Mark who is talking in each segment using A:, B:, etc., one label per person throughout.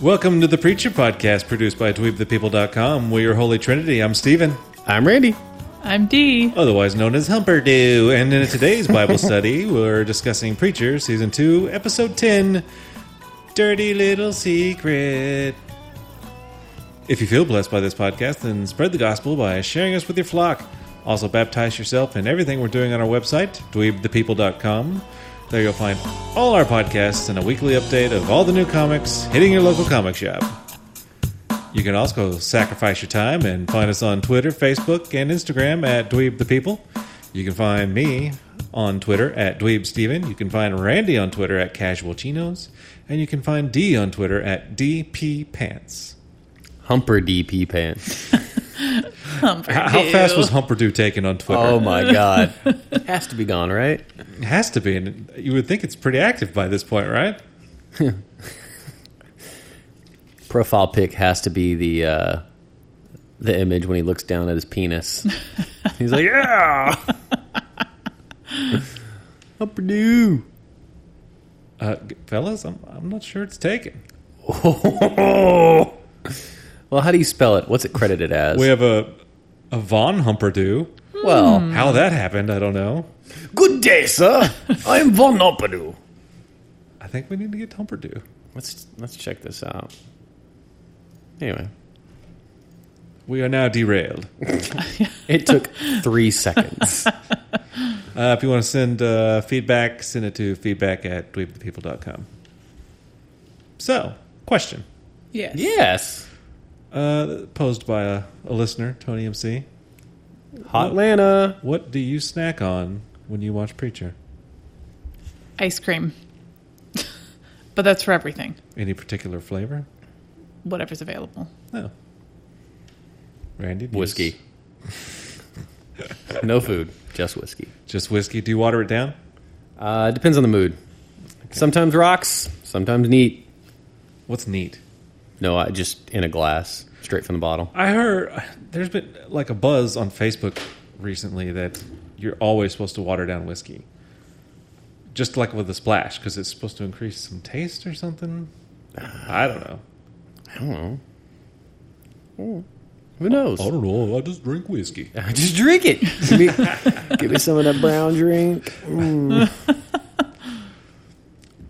A: Welcome to the Preacher Podcast, produced by TweebThePeople.com. We're your Holy Trinity. I'm Stephen,
B: I'm Randy.
C: I'm D.
A: otherwise known as Humperdoo. And in today's Bible study, we're discussing Preacher, Season 2, Episode 10 Dirty Little Secret. If you feel blessed by this podcast, then spread the gospel by sharing us with your flock. Also, baptize yourself in everything we're doing on our website, dweebthepeople.com. There you'll find all our podcasts and a weekly update of all the new comics hitting your local comic shop. You can also sacrifice your time and find us on Twitter, Facebook, and Instagram at Dweeb the People. You can find me on Twitter at Dweeb Steven. You can find Randy on Twitter at Casual Chinos. And you can find D on Twitter at DP Pants.
B: Humper DP pants.
A: How, how fast was Humperdoo taken on Twitter?
B: Oh my god. Has to be gone, right?
A: It has to be. And you would think it's pretty active by this point, right?
B: Profile pic has to be the uh, the image when he looks down at his penis. He's like, yeah. Humper do.
A: Uh, g- fellas, I'm, I'm not sure it's taken.
B: well, how do you spell it? What's it credited as?
A: We have a, a Von Humperdoo.
B: well,
A: How that happened, I don't know.
B: good day, sir. I'm Von Opperdo.
A: I think we need to get Humperdoo.
B: Let's let's check this out. Anyway,
A: We are now derailed.
B: it took three seconds.
A: Uh, if you want to send uh, feedback, send it to feedback at dweebthepeople.com. So, question
C: Yes.
B: Yes.
A: uh, posed by a, a listener, Tony MC.
B: Hot Atlanta.
A: What do you snack on when you watch Preacher?
C: Ice cream. but that's for everything,
A: Any particular flavor?
C: whatever's available.
A: No. Randy? do you
B: Whiskey. no food, just whiskey.
A: s- Just whiskey. Do you water it down?
B: Uh, depends on the mood. Sometimes rocks, sometimes neat.
A: What's neat?
B: No, I just in a glass, straight from the bottle.
A: I heard there's been like a buzz on Facebook recently that you're always supposed to water down whiskey, just like with a splash, because it's supposed to increase some taste or something. I don't know.
B: I don't know. Who knows?
A: don't know. I just drink whiskey.
B: Just drink it. Give me, give me some of that brown drink.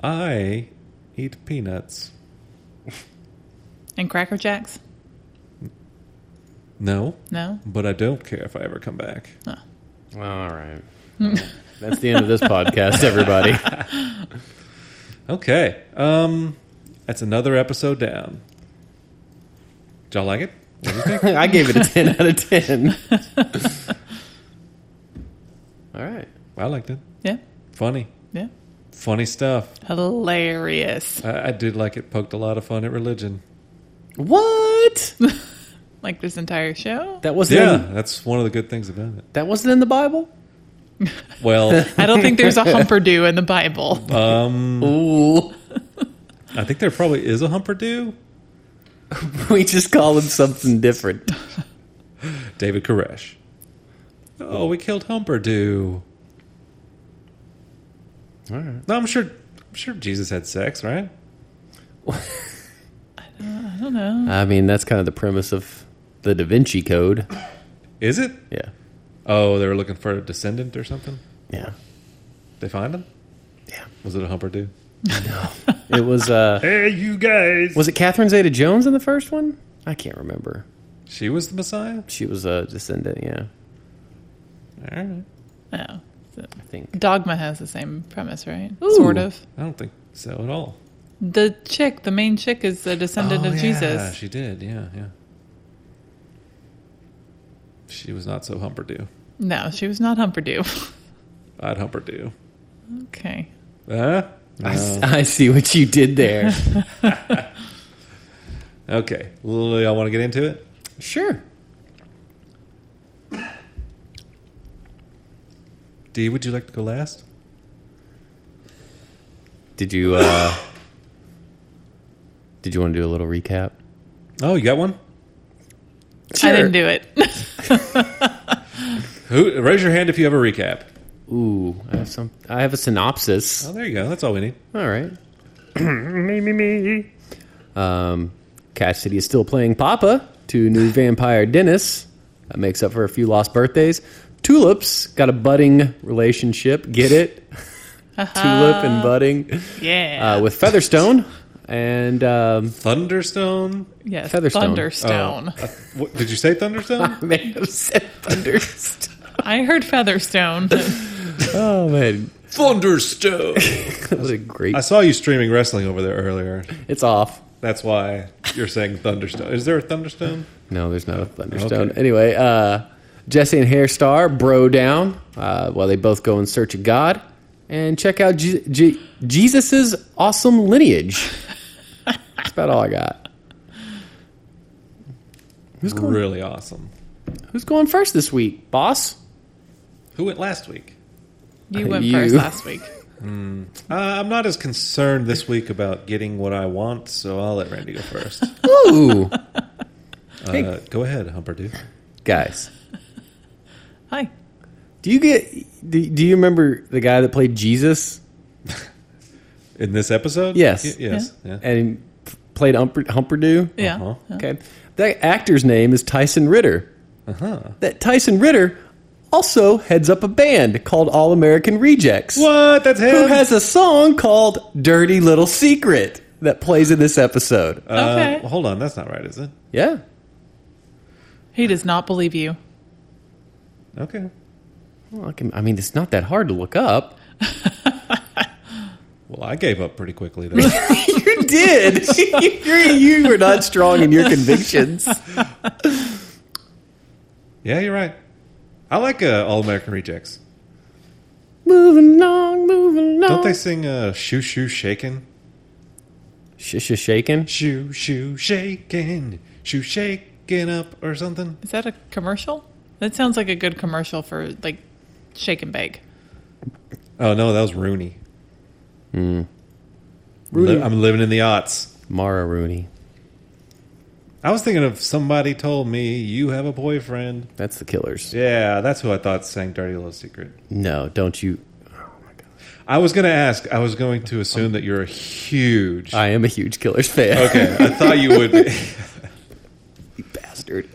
A: I eat peanuts.
C: And Cracker Jacks?
A: No,
C: No?
A: but I don't care if I ever come back.
B: All right. That's the end of this podcast, everybody.
A: Okay. Um, that's another episode down. Did y'all like it? What do you think?
B: I gave it a 10 out of 10. All right.
A: I liked it.
C: Yeah.
A: Funny.
C: Yeah.
A: Funny stuff.
C: Hilarious.
A: I, I did like it poked a lot of fun at religion.
B: What?
C: Like this entire show?
B: That wasn't
A: Yeah,
B: in,
A: that's one of the good things about it.
B: that wasn't in the Bible.
A: Well,
C: I don't think there's a Humperdew in the Bible.
B: Mm. Ooh,
A: I think there probably is a Humperdoo.
B: we just call him something different.
A: David Koresh. Oh, we killed Humperdoo.
B: All right.
A: No, I'm sure. I'm sure Jesus had sex, right?
C: I don't know.
B: I mean, that's kind of the premise of the Da Vinci Code.
A: Is it?
B: Yeah,
A: Oh, they were looking for a descendant or something.
B: yeah,
A: They find him.
B: yeah.
A: Was it a Humperdoo?
B: It was. uh
A: Hey, you guys.
B: Was it Catherine Zeta-Jones in the first one? I can't remember.
A: She was the Messiah.
B: She was a descendant. Yeah,
A: All right.
C: No.
B: I think.
C: Dogma has the same premise, right? Sort of.
A: I don't think so at all.
C: The chick, the main chick, is a descendant
A: Oh,
C: of
A: yeah,
C: Jesus.
A: She did. Yeah, yeah. She was not so Humperdoo.
C: no, she was not Humperdew.
A: I'd Humperdoo.
C: okay.
A: Huh?
B: I, s- Uh, I see what you did there.
A: Okay. Lily, y'all want to get into it?
B: sure.
A: Dee, would you like to go last?
B: Did you? uh Did you want to do a little recap?
A: Oh, you got one?
C: I didn't do it.
A: Who? Raise your hand if you have a recap.
B: Ooh, I have some. I have a synopsis.
A: Oh, there you go. That's all we need.
B: All right. me, me, me. Um, Cash City is still playing Papa to new vampire Dennis. That makes up for a few lost birthdays. Tulips got a budding relationship. Get it? Tulip and budding
C: Yeah.
B: uh, with Featherstone and um,
A: Thunderstone?
C: yes.
B: Featherstone.
C: Thunderstone.
A: Uh, what, did you say Thunderstone?
B: I may have said Thunderstone.
C: I heard Featherstone.
B: Oh man,
A: Thunderstone!
B: that was a great.
A: I saw you streaming wrestling over there earlier.
B: It's off.
A: That's why you're saying Thunderstone. Is there a Thunderstone?
B: No, there's no Thunderstone.
A: Okay.
B: Anyway, uh, Jesse and Hairstar bro down uh, while they both go in search of God and check out Je- Je- Jesus's awesome lineage. That's about all I got. Who's going?
A: Really awesome.
B: Who's going first this week, boss?
A: Who went last week?
C: You went
B: You.
C: first last week.
A: Uh, I'm not as concerned this week about getting what I want, so I'll let Randy go first.
B: Ooh,
A: Uh, go ahead, Humperdew.
B: guys,
C: Hi.
B: do you get? Do, do you remember the guy that played Jesus
A: In this episode?
B: Yes.
A: Y- yes. Yeah.
B: and played Humper, Humperdew?
C: Yeah.
A: Uh-huh.
B: Okay. That actor's name is Tyson Ritter. Uh-huh. That Tyson Ritter also heads up a band called All American Rejects.
A: What? That's him.
B: Who has a song called Dirty Little Secret that plays in this episode.
A: Uh,
C: Okay.
A: well, hold on, that's not right, is it?
B: yeah.
C: He does not believe you.
A: Okay.
B: Well, I, can, I mean, it's not that hard to look up.
A: Well, I gave up pretty quickly. There.
B: You did. you, you were not strong in your convictions.
A: yeah, you're right. I like uh, All American Rejects.
B: Moving along, moving along.
A: Don't they sing uh, "Shoo Shoo Shakin'"?
B: Sh- sh- shaking?
A: Shoo Shoo Shakin', Shoo Shakin' Up or something?
C: Is that a commercial? That sounds like a good commercial for like shake and bake.
A: Oh no, that was Rooney. Li- I'm living in the aughts.
B: Mara Rooney.
A: I was thinking of somebody told me you have a boyfriend.
B: That's the killers.
A: Yeah, that's who I thought sang "Dirty Little Secret."
B: No, don't you.
A: I was going to ask. I was going to assume that you're a huge.
B: I am a huge killers fan.
A: okay, I thought you would be.
B: bastard.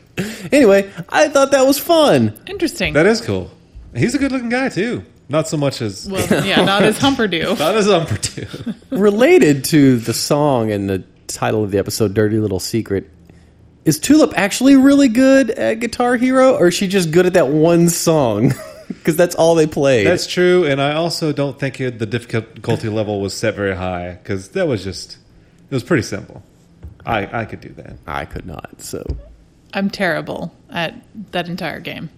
B: Anyway, I thought that was fun.
C: Interesting.
A: That is cool. He's a good looking guy too. Not so much as
C: well, yeah, not as Humperdew.
A: not as Umperdew.
B: Related to the song and the title of the episode, Dirty Little Secret, is Tulip actually really good at Guitar Hero, or is she just good at that one song? Because that's all they played.
A: That's true, and I also don't think it, the difficulty level was set very high because that was just it was pretty simple. I I could do that.
B: I could not, so.
C: I'm terrible at that entire game,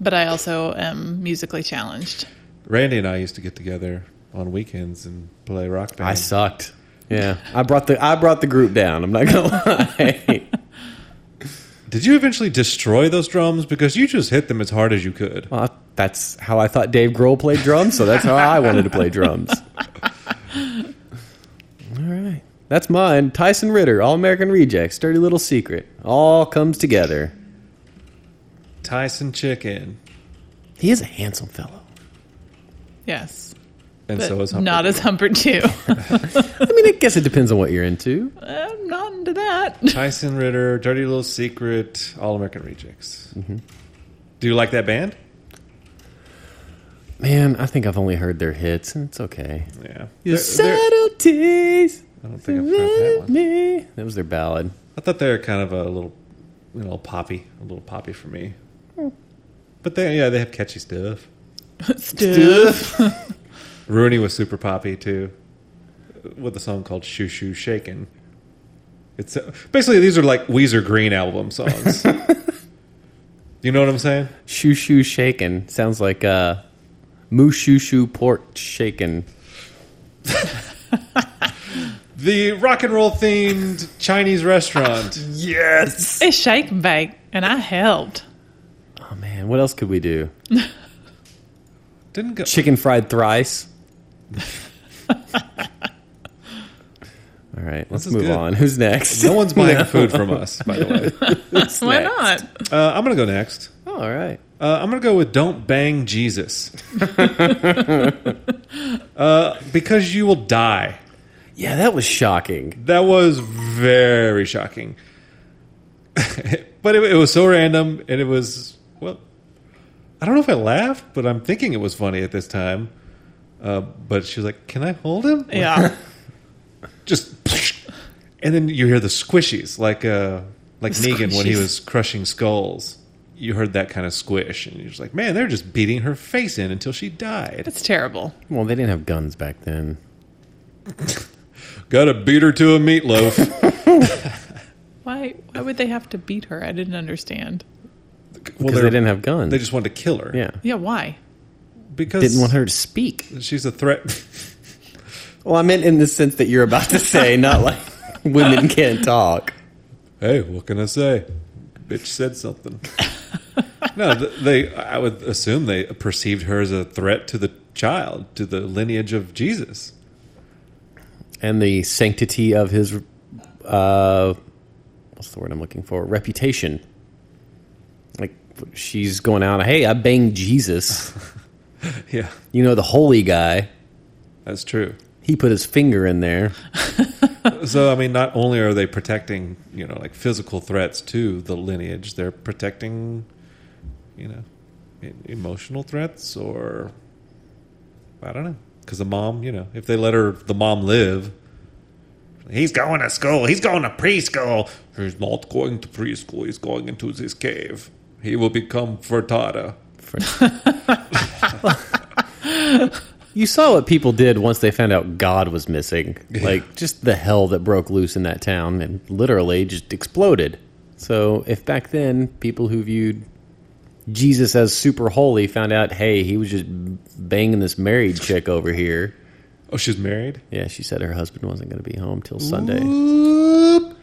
C: but I also am musically challenged.
A: Randy and I used to get together on weekends and play rock band.
B: I sucked. Yeah, I brought the I brought the group down. I'm not gonna lie.
A: Did you eventually destroy those drums because you just hit them as hard as you could?
B: well, that's how I thought Dave Grohl played drums, so that's how I wanted to play drums. All right. That's mine. Tyson Ritter, All American Rejects, Dirty Little Secret. All comes together.
A: Tyson chicken,
B: He is a handsome fellow.
C: Yes.
A: and
C: But
A: so is Humper.
C: not as Humperdew.
B: I mean, I guess it depends on what you're into.
C: I'm not into that.
A: Tyson Ritter, Dirty Little Secret, All American Rejects. Do you like that band?
B: Man, I think I've only heard their hits, and it's okay.
A: Yeah.
B: Your
A: They're- they're-
B: subtleties.
A: I don't think I've heard that one.
B: me. That was their ballad.
A: I thought they were kind of a little, you know, poppy, a little poppy for me. But they, yeah, they have catchy stuff. Rooney was super poppy too, with a song called "Shoo Shoo Shakin'." It's uh, basically these are like Weezer Green album songs. you know what I'm saying?
B: Shoo Shoo Shaken. Sounds like uh, Moo Shoo Shoo Pork Shaken.
A: The rock and roll themed Chinese restaurant.
B: Yes!
C: It's shake and bake, and I helped.
B: Oh man, what else could we do?
A: Didn't go.
B: Chicken fried thrice. All right, let's
A: This is
B: move
A: good.
B: on. Who's next?
A: No one's buying food from us, by the way.
B: Who's
C: Why
B: next?
C: not?
A: Uh, I'm gonna go next.
B: All right.
A: Uh, I'm going to go with Don't Bang Jesus. uh, because you will die.
B: Yeah, that was shocking.
A: That was very shocking. but it, it was so random, and it was, well, I don't know if I laughed, but I'm thinking it was funny at this time. Uh, but she was like, Can I hold him?
C: Yeah.
A: Just, and then you hear the squishies, like, uh, like
C: The
A: Negan when he
C: squishies.
A: was crushing skulls. You heard that kind of squish, and you're just like, Man, they're just beating her face in until she died.
C: That's terrible.
B: Well, they didn't have guns back then.
A: Gotta beat her to a meatloaf.
C: Why why would they have to beat her? I didn't understand.
A: well,
B: Because
A: they're-
B: they didn't have guns.
A: They just wanted to kill her.
B: yeah.
C: Yeah, why?
A: Because
B: Didn't want her to speak.
A: she's a threat.
B: Well, I meant in the sense that you're about to say, not like women can't talk.
A: hey, what can I say? Bitch said something. no, th- they. I would assume they perceived her as a threat to the child, to the lineage of Jesus.
B: And the sanctity of his, uh, what's the word I'm looking for? Reputation. Like she's going out, hey, I banged Jesus.
A: Yeah,
B: You know, the holy guy.
A: that's true.
B: He put his finger in there.
A: So, I mean, not only are they protecting, you know, like physical threats to the lineage, they're protecting, you know, e- emotional threats or I don't know. Because the mom, you know, if they let her, the mom live, he's going to school. He's going to preschool. He's not going to preschool. He's going into this cave. He will become Furtada.
B: You saw what people did once they found out God was missing. Like, just the hell that broke loose in that town and literally just exploded. So, if back then people who viewed Jesus as super holy found out, hey, he was just banging this married chick over here.
A: Oh, she's married?
B: Yeah, she said her husband wasn't going to be home till Sunday.
A: Oop.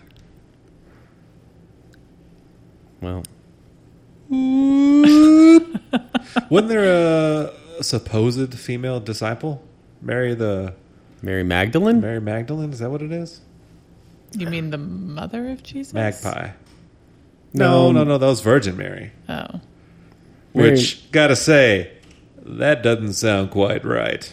B: Well,
A: Wasn't there a supposed female disciple? Mary the
B: Mary Magdalene?
A: Mary Magdalene? Is that what it is?
C: You mean the mother of Jesus?
A: Magpie. No, no, no. That was Virgin Mary.
C: Oh.
B: Mary-
A: Which gotta say, that doesn't sound quite right.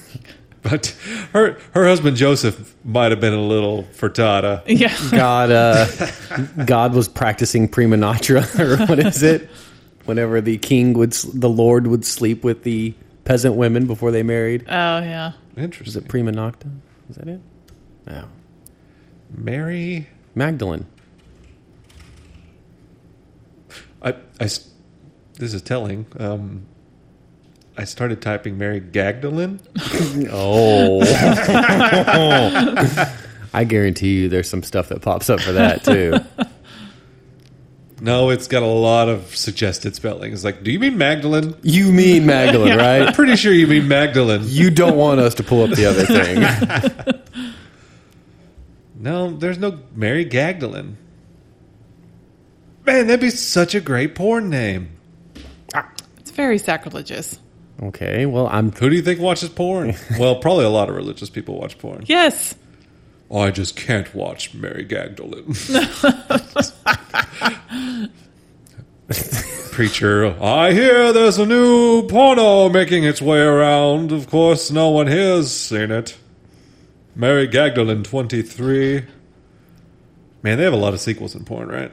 A: but her her husband Joseph might have been a little frittata.
C: Yeah.
B: God, uh, God was practicing prima noctra, or what is it? Whenever the king would, s- the lord would sleep with the peasant women before they married.
C: Oh yeah.
B: Was
A: Interesting.
B: it prima nocta? Is that it? No,
A: Mary.
B: Magdalene.
A: I, I s- this is telling. Um, I started typing Mary Gagdalene.
B: Oh, I guarantee you, there's some stuff that pops up for that too.
A: No, it's got a lot of suggested spellings. Like, do you mean Magdalene?
B: You mean Magdalene,
A: I'm
B: right?
A: pretty sure you mean Magdalene.
B: You don't want us to pull up the other thing.
A: No, there's no Mary Gagdalene. Man, that'd be such a great porn name.
C: It's very sacrilegious.
B: Okay, well, I'm
A: Who do you think watches porn? well, probably a lot of religious people watch porn.
C: Yes.
A: I just can't watch Mary Gagdalene. Preacher, I hear there's a new porno making its way around. Of course, no one here's seen it. Mary Gagdalene 23. Man, they have a lot of sequels in porn, right?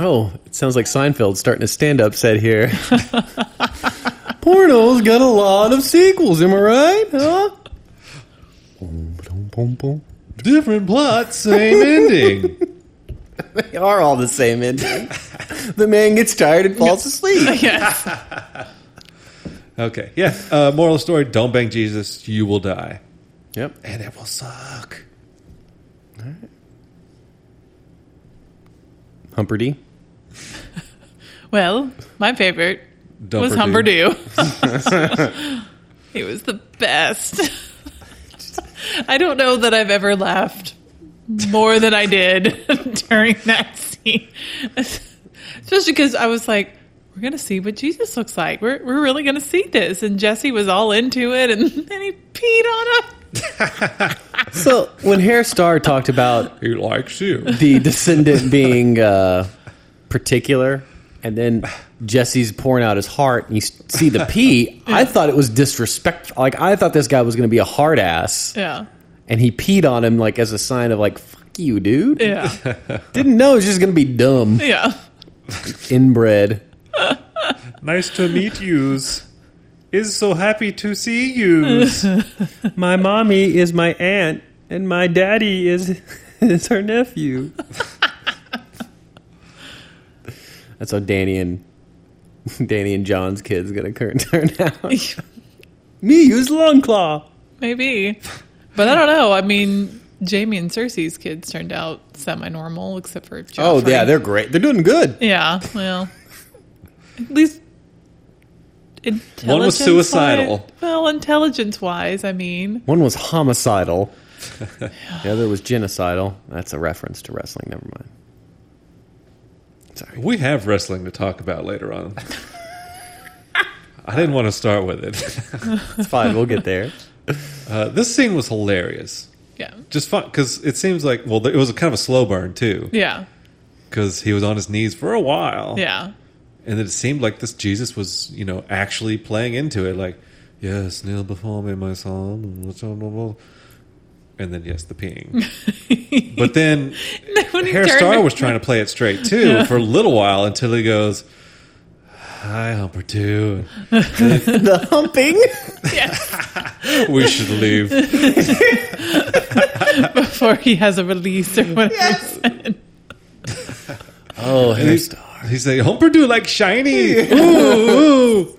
B: Oh, it sounds like Seinfeld starting a stand-up set here. Porno's got a lot of sequels, am I right? Huh? Boom, boom, boom.
A: Different plot, same ending.
B: They are all the same ending. the man gets tired and falls asleep.
C: Yes.
A: Okay, yeah. Uh, moral of the story don't bang Jesus, you will die.
B: Yep.
A: And it will suck.
B: Humperty.
C: well, my favorite was Humberdoo. he was the best. I don't know that I've ever laughed more than I did during that scene. Just because I was like, we're going to see what Jesus looks like. We're, we're really going to see this. And Jesse was all into it, and then he peed on him.
B: So when Hair Star talked about
A: He likes you.
B: the descendant being uh, particular, and then Jesse's pouring out his heart, and you s- see the pee, I thought it was disrespectful. Like I thought this guy was going to be a hard ass.
C: Yeah.
B: and he peed on him like as a sign of like fuck you, dude.
C: Yeah.
B: Didn't know it was just gonna be dumb,
C: Yeah.
B: inbred.
A: Nice to meet yous. Is so happy to see yous.
B: My mommy is my aunt, and my daddy is is her nephew. That's how Danny and Danny and John's kids gonna cur- turn out. Me use Longclaw.
C: Maybe. But I don't know. I mean, Jamie and Cersei's kids turned out semi normal, except for Joffrey.
B: Oh yeah, they're great. They're doing good.
C: Yeah, well. At least. intelligence-wise-
A: suicidal.
C: Well, intelligence wise, I mean.
B: One was homicidal. the other was genocidal. That's a reference to wrestling. Never mind. Sorry.
A: We have wrestling to talk about later on. I didn't want to start with it.
B: It's fine. We'll get there.
A: Uh, this scene was hilarious.
C: Yeah.
A: Just fun because it seems like well, it was a kind of a slow burn too
C: Yeah.
A: because he was on his knees for a while.
C: Yeah.
A: and it seemed like this Jesus was, you know, actually playing into it, like, yes, kneel before me, my son, blah, blah, blah, blah. and then yes, the peeing. but then
C: When he
A: Hair
C: turned-
A: Star was trying to play it straight too for a little while until he goes, "Hi, Humper Two,
B: the humping.
C: Yes,
A: we should leave."
C: before he has a release or whatever.
B: Oh,
A: And he, he said, "Humper Two like shiny." Ooh,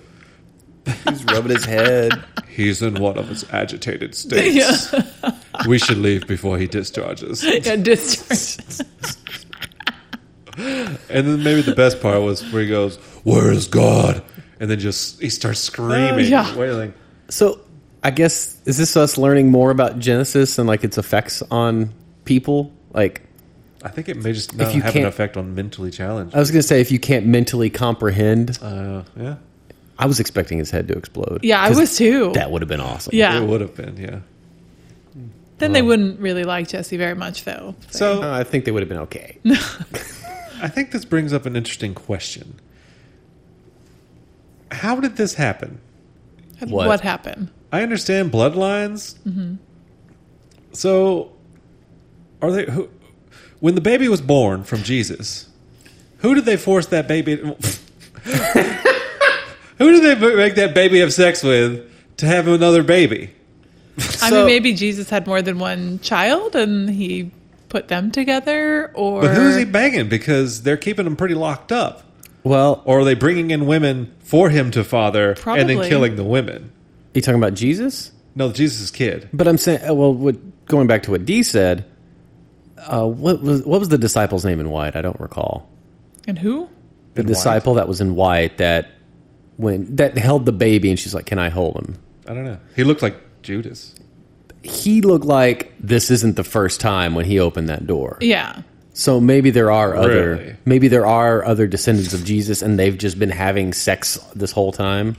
A: ooh.
B: He's rubbing his head.
A: He's in one of his agitated states. We should leave before he discharges.
C: Yeah, discharge.
A: And then maybe the best part was where he goes, "Where is God?" And then just he starts screaming,
C: Oh, yeah.
A: wailing.
B: So, I guess is this us learning more about Genesis and like its effects on people? Like,
A: I think it may just not
B: you
A: have an
B: can't- Uh,
A: effect on mentally challenged.
B: I was gonna say, if you can't mentally comprehend,
A: Uh, yeah,
B: I was expecting his head to explode.
C: Yeah, I
B: 'Cause
C: was too.
B: That would have been awesome.
C: yeah.
A: it would have been. Yeah.
C: Then they wouldn't really like Jesse very much, though.
A: So
B: Uh, I think they would have been okay.
A: I think this brings up an interesting question. How did this happen?
B: What?
C: happened?
A: I understand bloodlines.
C: Mm-hmm.
A: So, are they who? When the baby was born from Jesus, who did they force that baby? who did they make that baby have sex with to have another baby?
C: I
B: So-
C: mean, maybe Jesus had more than one child and he put them together, or
A: But who's he banging? Because they're keeping him pretty locked up.
B: Well,
A: Or are they bringing in women for him to father and then
C: Probably.
A: killing the women?
B: you talking about Jesus?
A: No, Jesus' kid.
B: But I'm saying, uh, well, what, going back to what Dee said, uh, what was what was the disciple's name in white? I don't recall.
C: and who?
B: The
A: In white?
B: disciple that was in white that when that held the baby, and she's like, "Can I hold him?"
A: I don't know. He looked like Judas.
B: He looked like this isn't the first time when he opened that door.
C: Yeah,
B: So maybe there are other
A: Really?
B: maybe there are other descendants of Jesus, and they've just been having sex this whole time.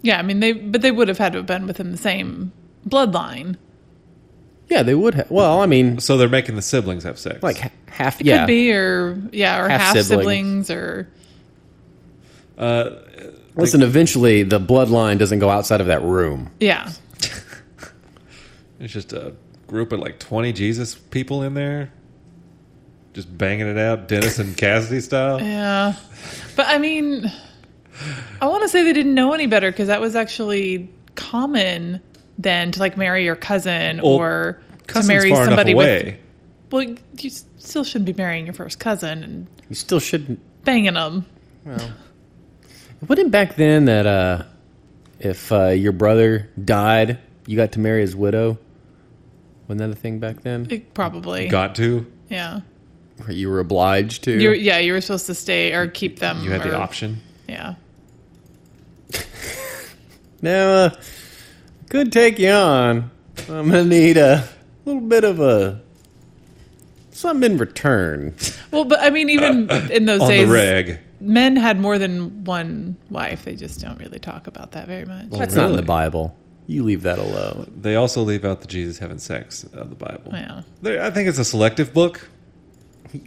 C: yeah. I mean, they but they would have had to have been within the same bloodline.
B: Yeah, they would. have. Well, I mean,
A: So they're making the siblings have sex.
B: like ha- half. yeah,
C: Could be, or yeah, or half,
B: Half siblings.
C: siblings. or
B: listen. eventually, the bloodline doesn't go outside of that room.
C: yeah,
A: It's just a group of like 20 Jesus people in there just banging it out, Dennis and Cassidy style.
C: yeah. But I mean, I want to say they didn't know any better because that was actually common then to like marry your cousin
A: Well,
C: or to
A: Cousin's
C: marry
A: far enough
C: somebody with
A: away.
C: Well, you s- still shouldn't be marrying your first cousin and
B: You still shouldn't.
C: banging them.
B: Wouldn't back then that uh, if uh, your brother died, you got to marry his widow? Wasn't that a thing back then?
C: It- Probably.
A: Got to.
C: Yeah.
B: Or you were obliged to.
C: You were- yeah, you were supposed to stay or keep them.
A: You had the
C: or-
A: option.
C: Yeah.
B: Now, uh, could take you on. I'm gonna need a little bit of a something in return.
C: Well, but I mean, even in those
A: Uh, On the
C: days,
A: reg.
C: men had more than one wife. They just don't really talk about that very much.
B: That's not in the
A: really?
B: Bible. You leave that alone.
A: They also leave out the Jesus having sex of the Bible.
C: yeah.
A: They- I think it's a selective book.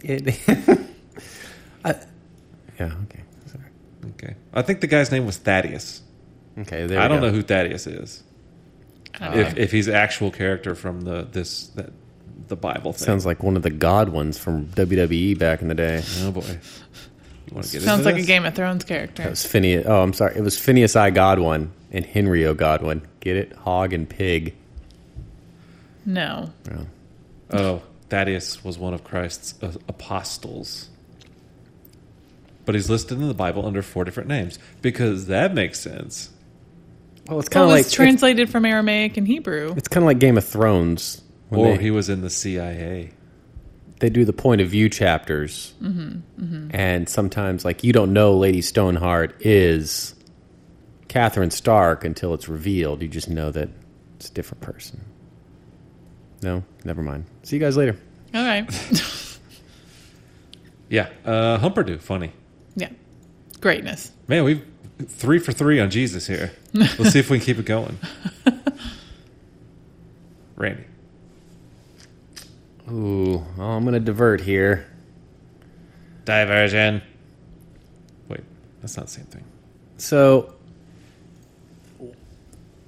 B: It- I- yeah. Okay. Sorry.
A: Okay. I think the guy's name was Thaddeus.
B: Okay. There.
A: I
B: we
A: don't
B: go.
A: know who Thaddeus is.
C: Oh.
A: if, if he's actual character from the this that the Bible thing.
B: Sounds like one of the god ones from WWE back in the day.
A: oh boy, you want to get
C: Sounds
A: into
C: like a
A: this?
C: Game of Thrones character.
B: It was Phineas. Oh, I'm sorry. It was Phineas I. Godwin and Henry O. Godwin. Get it? Hog and pig.
C: No.
A: Oh, Thaddeus was one of Christ's uh, apostles. But he's listed in the Bible under four different names because that makes sense.
B: Well, it's kind
C: Well,
B: of like
C: it's translated from Aramaic and Hebrew.
B: it's kind of like Game of Thrones. When
A: Or
B: they,
A: he was in the CIA.
B: they do the point of view chapters, and sometimes like you don't know Lady Stoneheart is Catherine Stark until it's revealed. You just know that it's a different person. No, never mind. See you guys later.
C: All right.
A: Yeah, uh, Humperdew, funny
C: yeah. Greatness.
A: man. We've three for three on Jesus here. Let's see if we can keep it going. Randy,
B: Ooh, oh, I'm gonna divert here.
A: diversion. Wait, that's not the same thing.
B: So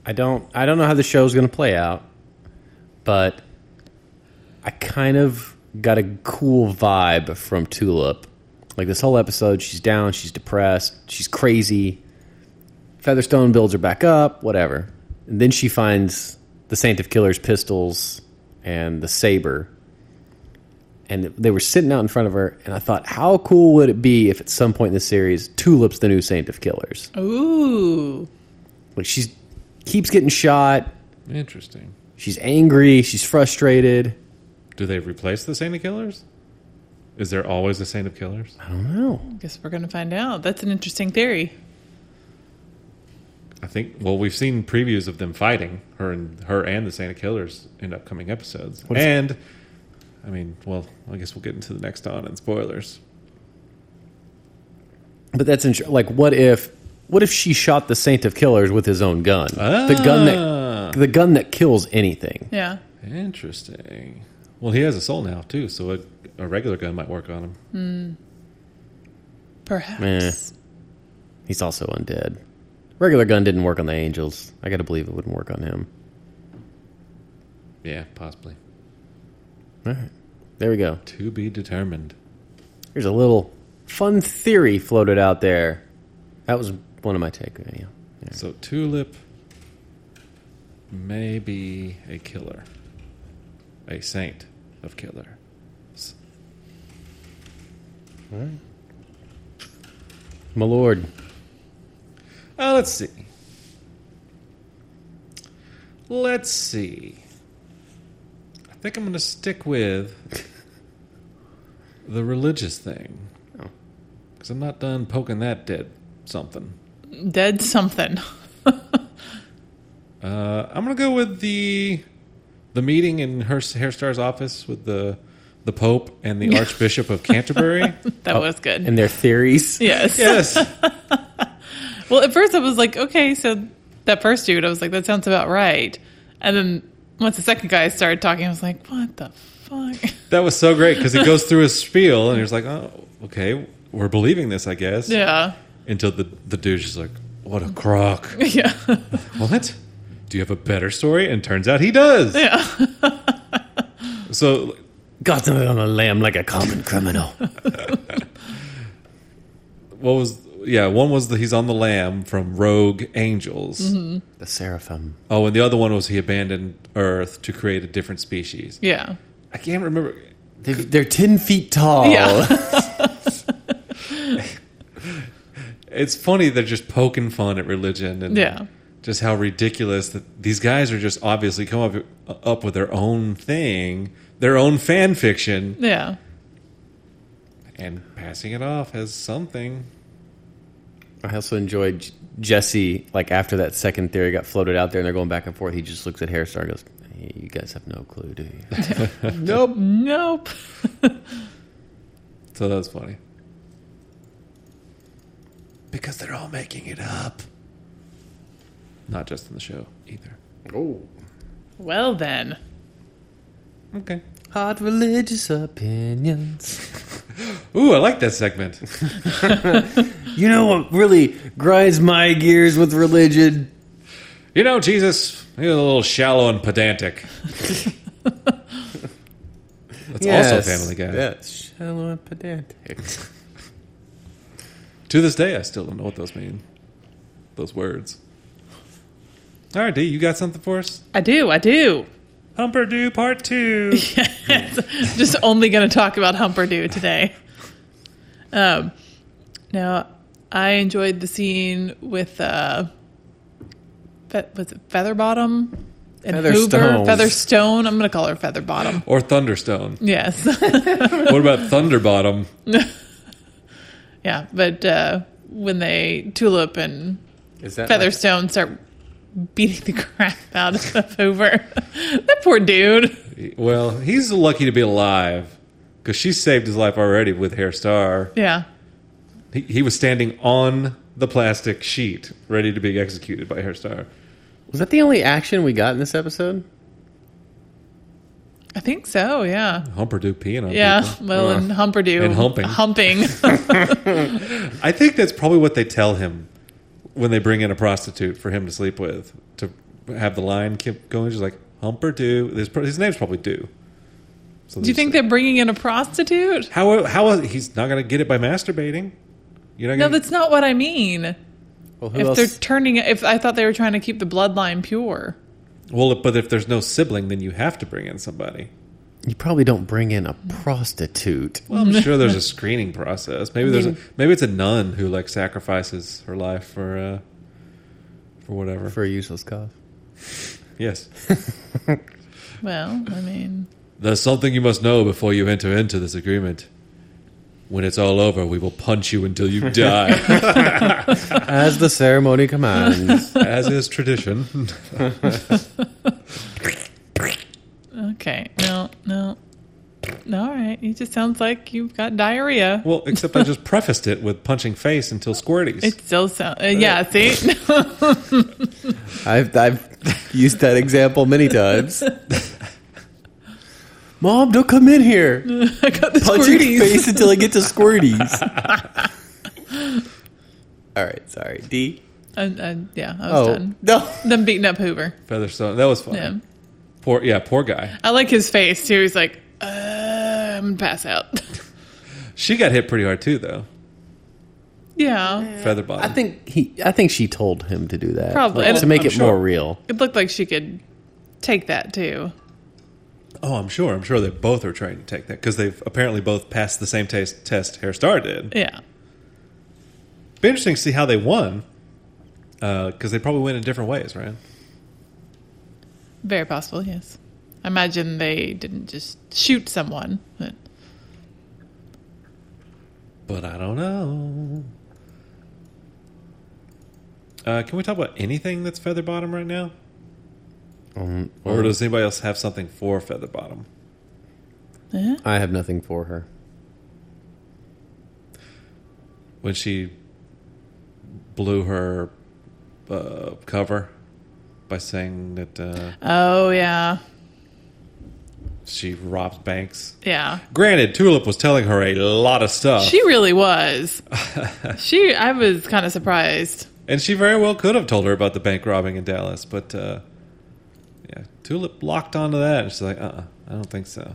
B: I don't I don't know how the show's going to play out, but I kind of got a cool vibe from Tulip. Like this whole episode, she's down, she's depressed, she's crazy. Featherstone builds her back up, whatever. And then she finds the Saint of Killers pistols and the saber. And they were sitting out in front of her, and I thought, how cool would it be if at some point in the series, Tulip's the new Saint of Killers?
C: Ooh.
B: Like she's keeps getting shot.
A: Interesting.
B: She's angry. She's frustrated.
A: Do they replace the Saint of Killers? Is there always a Saint of Killers?
B: I don't know.
C: Guess we're going to find out. That's an interesting theory.
A: I think. Well, we've seen previews of them fighting her and her and the Santa Killers in upcoming episodes.
B: is-
A: and I mean, well, I guess we'll get into the next on and spoilers.
B: But that's intr- like, what if, what if she shot the Saint of Killers with his own gun? The gun
A: Ah.
B: that, the gun that kills anything.
C: Yeah.
A: Interesting. Well, he has a soul now too, so a, a regular gun might work on him.
C: Perhaps.
B: He's also undead. Regular gun didn't work on the angels. I gotta believe it wouldn't work on him.
A: Yeah, possibly.
B: All right, there we go.
A: To be determined.
B: Here's a little fun theory floated out there. That was one of my takeaways. Yeah.
A: So Tulip may be a killer, a saint of killer. S-
B: My lord,
A: Uh, let's see. Let's see. I think I'm going to stick with the religious thing. Because I'm not done poking that dead something.
C: Dead something.
A: Uh, I'm going to go with the the meeting in her Hairstar's office with the the Pope and the Archbishop of Canterbury.
C: That was good.
B: and their theories.
C: yes.
A: yes.
C: Well, at first I was like, okay, so that first dude, I was like, that sounds about right. And then once the second guy started talking, I was like, what the fuck?
A: That was so great because he goes through his spiel and he's like, oh, okay, we're believing this, I guess.
C: Yeah.
A: until the the dude's just like, "What a crock!
C: Yeah.
A: what? Do you have a better story?" And turns out he does. Yeah. so
B: Got them on a lamb like a common criminal.
A: what was? Yeah, one was that he's on the lamb from Rogue Angels.
B: the seraphim.
A: Oh, and the other one was he abandoned Earth to create a different species.
C: Yeah.
A: I can't remember.
B: They, they're 10 feet tall.
C: Yeah.
A: It's funny they're just poking fun at religion and
C: Yeah.
A: just how ridiculous that these guys are just obviously come up up with their own thing, their own fan fiction.
C: Yeah.
A: and passing it off as something.
B: I also enjoyed J- Jesse, like, after that second theory got floated out there and they're going back and forth, he just looks at Hairstar and goes, hey, You guys have no clue, do you?
C: Nope. Nope.
A: So that's funny. Because they're all making it up. Not just in the show either.
C: Oh. Well, then.
A: Okay.
B: Hot religious opinions.
A: Ooh, I like that segment.
B: You know what really grinds my gears with religion?
A: you know, Jesus, He's a little shallow and pedantic. That's also Family Guy.
B: Yes, shallow and pedantic.
A: To this day, I still don't know what those mean. Those words. All right, D, you got something for us?
C: I do. I do.
A: Humperdoo Part 2.
C: just only going to talk about Humperdew today. Um, now, I enjoyed the scene with uh, fe- was it Featherbottom and
B: Featherstone.
C: Hoover Featherstone. I'm going to call her Featherbottom.
A: or Thunderstone.
C: Yes,
A: What about Thunderbottom?
C: yeah. But uh, when they Tulip and
B: Is that
C: Featherstone start beating the crap out of Hoover, that poor dude.
A: Well, he's lucky to be alive because she saved his life already with Hair Star.
C: Yeah,
A: He, he was standing on the plastic sheet, ready to be executed by Hair Star.
B: Like, was that the only action we got in this episode?
C: I think so. Yeah.
A: Humperdoo peeing on
C: Yeah,
A: people.
C: well,
A: Uh,
C: and Humperdew.
A: And humping.
C: Humping.
A: I think that's probably what they tell him when they bring in a prostitute for him to sleep with to have the line keep going. She's like Humperdoo. There's pro- His name's probably Do. So
C: Do you think they're bringing in a prostitute?
A: how how he's not going to get it by masturbating? You're not
C: No,
A: going
C: that's not what I mean.
B: Well, who
C: If
B: else?
C: they're turning it, if I thought they were trying to keep the bloodline pure.
A: well, but if there's no sibling, then you have to bring in somebody.
B: you probably don't bring in a prostitute.
A: Well, I'm sure there's a screening process. Maybe there's a, maybe it's a nun who like sacrifices her life for uh, for whatever.
B: for a useless cause.
A: yes,
C: Well, I mean,
A: there's something you must know before you enter into this agreement. When it's all over, we will punch you until you die,
B: As the ceremony commands.
A: as is tradition.
C: okay, no, no, all right. It just sounds like you've got diarrhea.
A: Well, except I just prefaced it with punching face until squirties.
C: it still sounds. Uh, yeah, see,
B: I've, I've used that example many times. Mom, don't come in here.
C: I got the
B: Punch your
C: squirties.
B: face until I get to squirties. All right, sorry. D.
C: And- and, yeah, I was
B: Oh,
C: done.
B: no.
C: Them beating up Hoover.
A: Featherstone. That was fun.
C: Yeah,
A: Poor, yeah, poor guy.
C: I like his face too. He's like, uh, I'm gonna pass out.
A: She got hit pretty hard too, though.
C: yeah,
A: Featherbottom.
B: I think he. I think she told him to do that.
C: Probably.
B: Like, to make
A: I'm
B: it
A: sure.
B: more real.
C: it looked like she could take that too.
A: Oh, I'm sure. I'm sure they both are trying to take that because they've apparently both passed the same taste test Hair Star did.
C: Yeah.
A: Be interesting to see how they won because they probably went in different ways, right?
C: Very possible, yes. I imagine they didn't just shoot someone. but-
A: But I don't know. Uh, can we talk about anything that's feather bottom right now? or does anybody else have something for feather bottom?
C: Eh?
B: I have nothing for her.
A: When she blew her uh, cover by saying that uh,
C: Oh, yeah.
A: she robs banks.
C: Yeah.
A: Granted, Tulip was telling her a lot of stuff.
C: She really was. she, I was kind of surprised.
A: And she very well could have told her about the bank robbing in Dallas, but uh, yeah, Tulip locked onto that, and she's like, "Uh, uh I don't think so."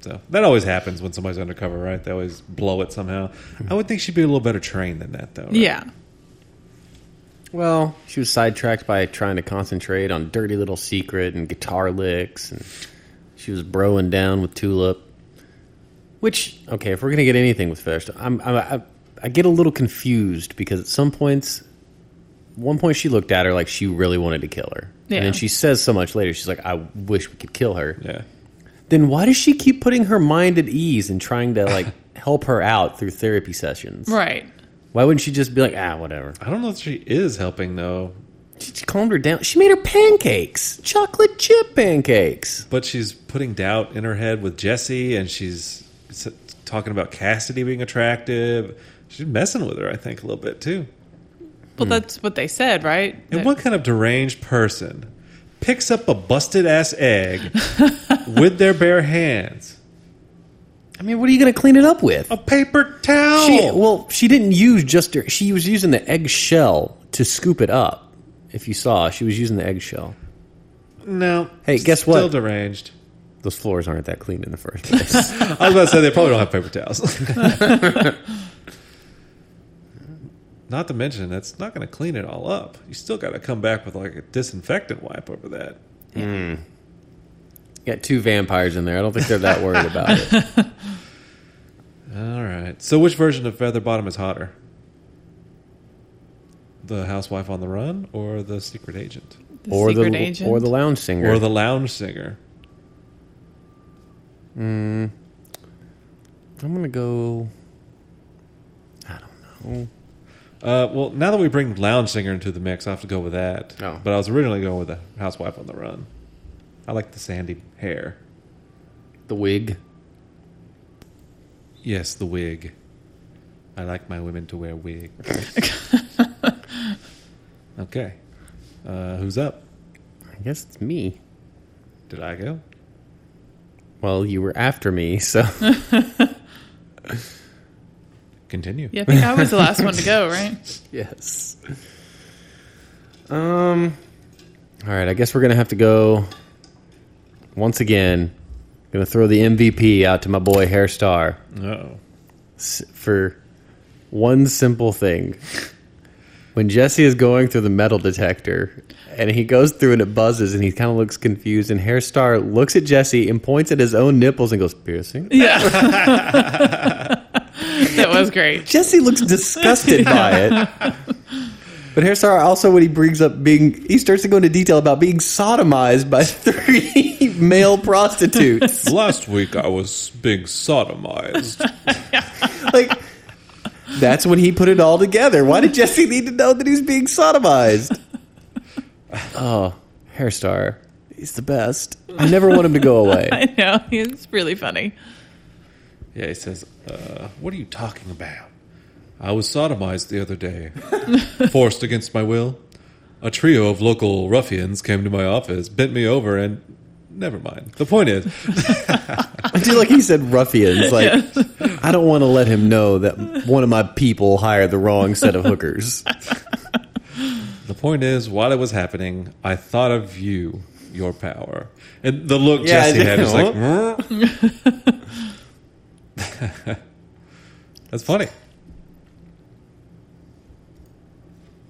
A: So that always happens when somebody's undercover, right? They always blow it somehow. I would think she'd be a little better trained than that, though. right?
C: Yeah.
B: Well, she was sidetracked by trying to concentrate on Dirty Little Secret and guitar licks, and she was broing down with Tulip. Which, okay, if we're gonna get anything with Featherstone, I'm, I'm, I, I get a little confused because at some points, one point she looked at her like she really wanted to kill her,
C: Yeah.
B: and then she says so much later, she's like, "I wish we could kill her."
A: yeah.
B: Then why does she keep putting her mind at ease and trying to like help her out through therapy sessions?
C: Right.
B: Why wouldn't she just be like, "Ah, whatever"?
A: I don't know if she is helping though,
B: She calmed her down. She made her pancakes, chocolate chip pancakes.
A: but she's putting doubt in her head with Jesse, and she's s- talking about Cassidy being attractive. She's messing with her, I think, a little bit too.
C: Well,
A: Hmm.
C: that's what they said, right?
A: And what kind of deranged person picks up a busted ass egg with their bare hands?
B: I mean, what are you going to clean it up with?
A: A paper
C: Oh,
A: towel.
B: She, well, she didn't use just her. She was using the eggshell to scoop it up. If you saw, she was using the eggshell.
A: No.
B: Hey, guess
A: Still
B: what?
A: deranged.
B: Those floors aren't that clean in the first place.
A: I was about to say they probably don't have paper towels. not to mention that's not going to clean it all up. You still got to come back with like a disinfectant wipe over that.
B: Got two vampires in there. I don't think they're that worried about it.
A: All right. So which version of Featherbottom is hotter? The housewife on the run or the secret agent?
C: The
B: Or
C: secret
B: the
C: agent.
B: or the lounge singer.
A: Or the lounge singer?
B: I'm gonna go.
A: Uh, well, now that we bring lounge singer into the mix, I have to go with that.
B: Oh.
A: But I was originally going with the housewife on the run. I like the sandy hair.
B: The wig.
A: Yes, the wig. I like my women to wear wigs. okay. Uh, who's up?
B: I guess it's me.
A: Did I go?
B: Well, you were after me, so
A: Continue.
C: yeah, I think I was the last one to go, right?
B: yes. Um. All right. I guess we're gonna have to go. Once again, gonna throw the MVP out to my boy Hairstar
A: Oh.
B: s- for one simple thing. When Jesse is going through the metal detector and he goes through and it buzzes and he kind of looks confused and Hairstar looks at Jesse and points at his own nipples and goes piercing.
C: Yeah. that was great.
B: Jesse looks disgusted by it. But Hairstar also, when he brings up being, he starts to go into detail about being sodomized by three male prostitutes.
A: Last week I was being sodomized.
B: Like, that's when he put it all together. Why did Jesse need to know that he's being sodomized? Oh, Hairstar, he's the best. I never want him to go away.
C: I know. It's really funny.
A: yeah, he says, uh, What are you talking about? I was sodomized the other day, forced against my will. A trio of local ruffians came to my office, bent me over, and never mind. The point is,
B: I do like he said ruffians. Like, I don't want to let him know that one of my people hired the wrong set of hookers.
A: The point is, while it was happening, I thought of you, your power. And the look
B: Yeah, I
A: Jesse had was
B: know.
A: like, "Mm." that's funny.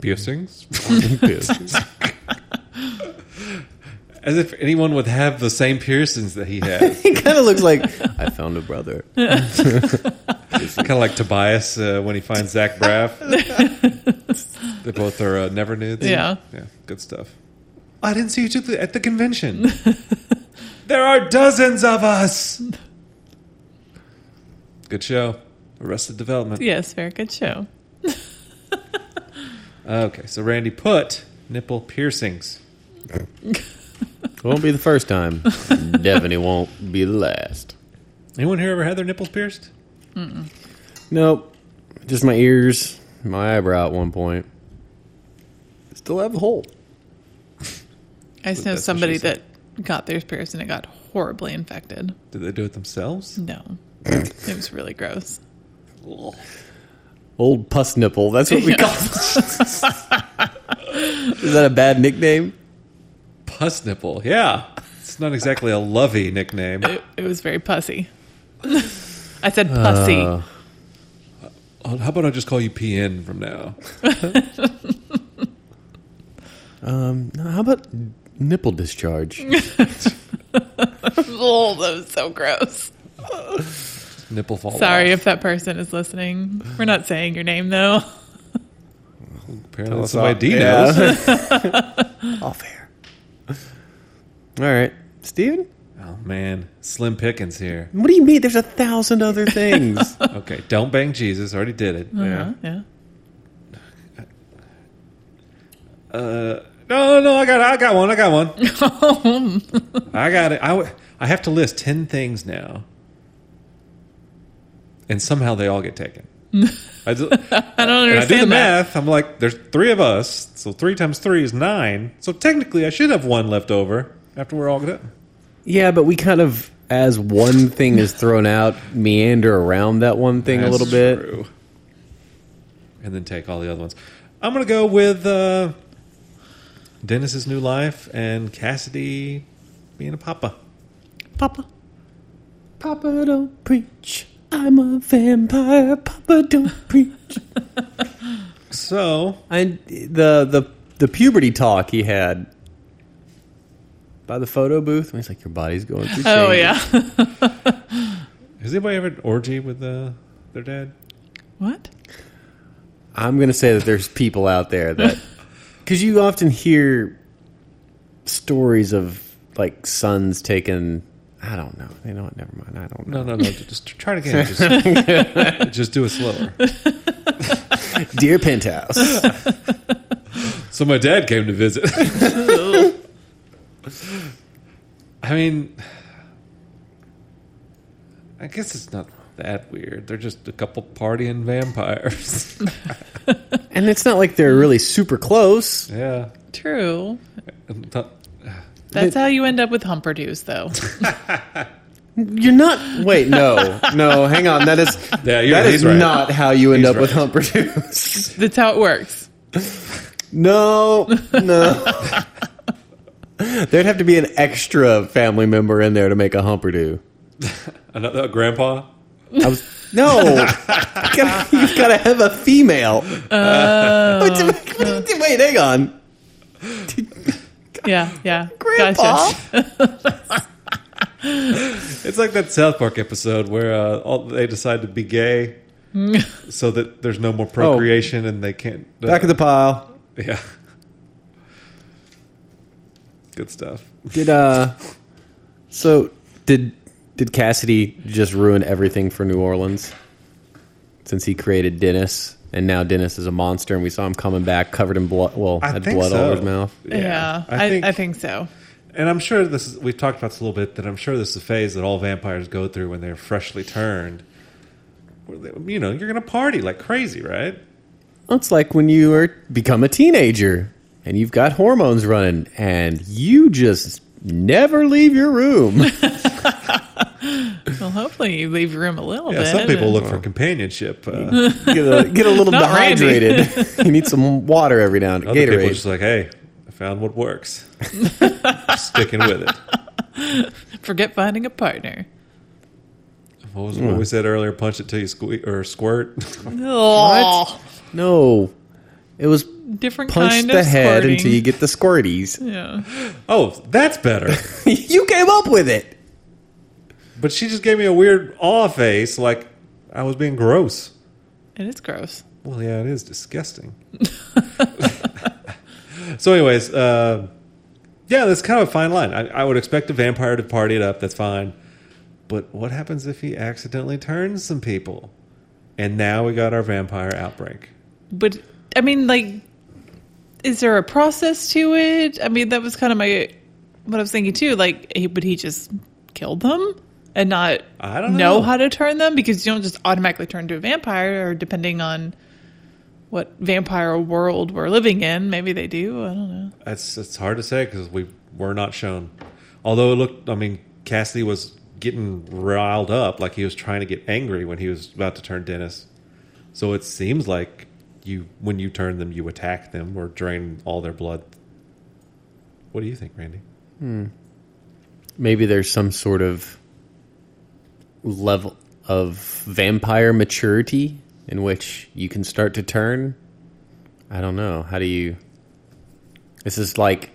A: Piercings? As if anyone would have the same piercings that he has.
B: he kind of looks like I found a brother.
A: kind of like Tobias uh, when he finds Zach Braff. they both are uh, never nudes.
C: Yeah.
A: Yeah. Good stuff. I didn't see you took the, at the convention. there are dozens of us. Good show. Arrested Development.
C: Yes, very good show.
A: Uh, Okay, so Randy put nipple piercings.
B: Won't be the first time. Definitely won't be the last.
A: Anyone here ever had their nipples pierced?
B: Nope. Just my ears, my eyebrow at one point. Still have the hole.
C: I just know
A: That's what she
C: somebody that
A: said.
C: got theirs pierced and it got horribly infected.
A: Did they do it themselves?
C: No. it was really gross.
B: Old pus nipple. That's what we call it. Is that a bad nickname?
A: Puss nipple. Yeah. It's not exactly a lovey nickname.
C: It, it was very pussy. I said pussy.
B: Uh,
A: Oh, How about I just call you PN from now?
B: no, how about nipple discharge?
C: oh, that was so gross.
A: Nipple fall.
C: Sorry
A: off.
C: if that person is listening. We're not saying your name though.
A: Apparently,
B: us
A: somebody
B: off.
A: D
B: Yeah.
A: knows.
B: Off air. All right. Steven?
A: Oh man, slim pickings here.
B: What do you mean? There's a thousand other things.
A: Okay, don't bang Jesus. Already did it.
C: Uh-huh, yeah.
A: No, no, no, I got, I got one. I got one. I got it. I, w- I have to list ten things now, and somehow they all get taken. I, just,
C: I don't
A: and
C: understand
A: I do the
C: that.
A: math. I'm like, there's three of us, so three times three is nine. So technically, I should have one left over after we're all done.
B: Yeah, but we kind of, as one thing is thrown out, meander around that one thing a
A: That's
B: little bit.
A: true. And then take all the other ones. I'm gonna go with uh, Dennis's new life and Cassidy being a papa.
C: Papa.
B: Papa don't preach. I'm a vampire. Papa don't preach.
A: So
B: And the the the puberty talk he had by the photo booth. He's like, your body's going through.
C: Oh
B: changes."
C: yeah.
A: Has anybody ever had an orgy with uh, their dad?
C: What?
B: I'm going to say that there's people out there that because you often hear stories of like sons taking. I don't know. You know what? Never mind. I don't know.
A: No, no, no. Just try it again. Just, just do it slower.
B: Dear Penthouse.
A: So my dad came to visit. I mean, I guess it's not that weird. They're just a couple partying vampires.
B: and it's not like they're really super close.
A: yeah.
C: True.
A: And th-
C: That's how you end up with humperdews, though.
B: You're not. Wait, no, no. Hang on. That is
A: Yeah, you're,
B: that
A: he's
B: is
A: right.
B: not how you end
A: He's
B: up with
A: right.
B: Humperdews.
C: That's how it works.
B: no, no. There'd have to be an extra family member in there to make a Humperdew.
A: another uh, grandpa.
B: I was no. You gotta- You've got to have a female.
A: Uh,
B: What do- what do- wait, hang on.
C: Yeah, yeah.
B: Grandpa?
A: It's like that South Park episode where uh, all, they decide to be gay,
C: Mm.
A: so that there's no more
C: Oh.
A: procreation and they can't. uh,
B: Back of the pile.
A: Yeah. Good stuff.
B: Did uh? So did did Cassidy just ruin everything for New Orleans? Since he created Dennis, and now Dennis is a monster, and we saw him coming back covered in blood. Well, had blood all over his mouth.
C: Yeah, I, I, think, so.
A: and I'm sure this is, we've talked about this a little bit, that I'm sure this is a phase that all vampires go through when they're freshly turned. Where they- You know, you're going to party like crazy, right?
B: It's like when you are become a teenager and you've got hormones running, and you just never leave your room.
C: Well, hopefully you leave room a little
A: Yeah,
C: bit.
A: some people look for companionship. Uh, other
B: get a, get a little
C: Not Randy.
B: dehydrated. you need some water every now and then.
A: people are
B: Gatorade.
A: just like, hey, I found what works. Sticking with it.
C: Forget finding a partner.
A: What was what we said earlier? Punch it till you squeak or squirt.
C: Oh,
B: no, it was
C: different
B: punch
C: kind
B: the
C: of
B: head
C: squirting.
B: until you get the squirties.
C: Yeah.
A: oh, that's better.
B: you came up with it.
A: But she just gave me a weird awe face, like I was being gross.
C: And it's gross.
A: Well, yeah, it is disgusting. so, anyways, uh, yeah, that's kind of a fine line. I, I would expect a vampire to party it up. That's fine. But what happens if he accidentally turns some people? And now we got our vampire outbreak.
C: But I mean, like, is there a process to it? I mean, that was kind of my what I was thinking too. Like, he, would he just kill them and not
A: I don't know.
C: how to turn them because you don't just automatically turn to a vampire, or depending on what vampire world we're living in, maybe they do. I don't know.
A: It's it's hard to say because we were not shown. Although it looked, I mean, Cassidy was getting riled up, like he was trying to get angry when he was about to turn Dennis. So it seems like you, when you turn them, you attack them or drain all their blood. What do you think, Randy?
B: Maybe there's some sort of level of vampire maturity in which you can start to turn. I don't know. How do you? This is like,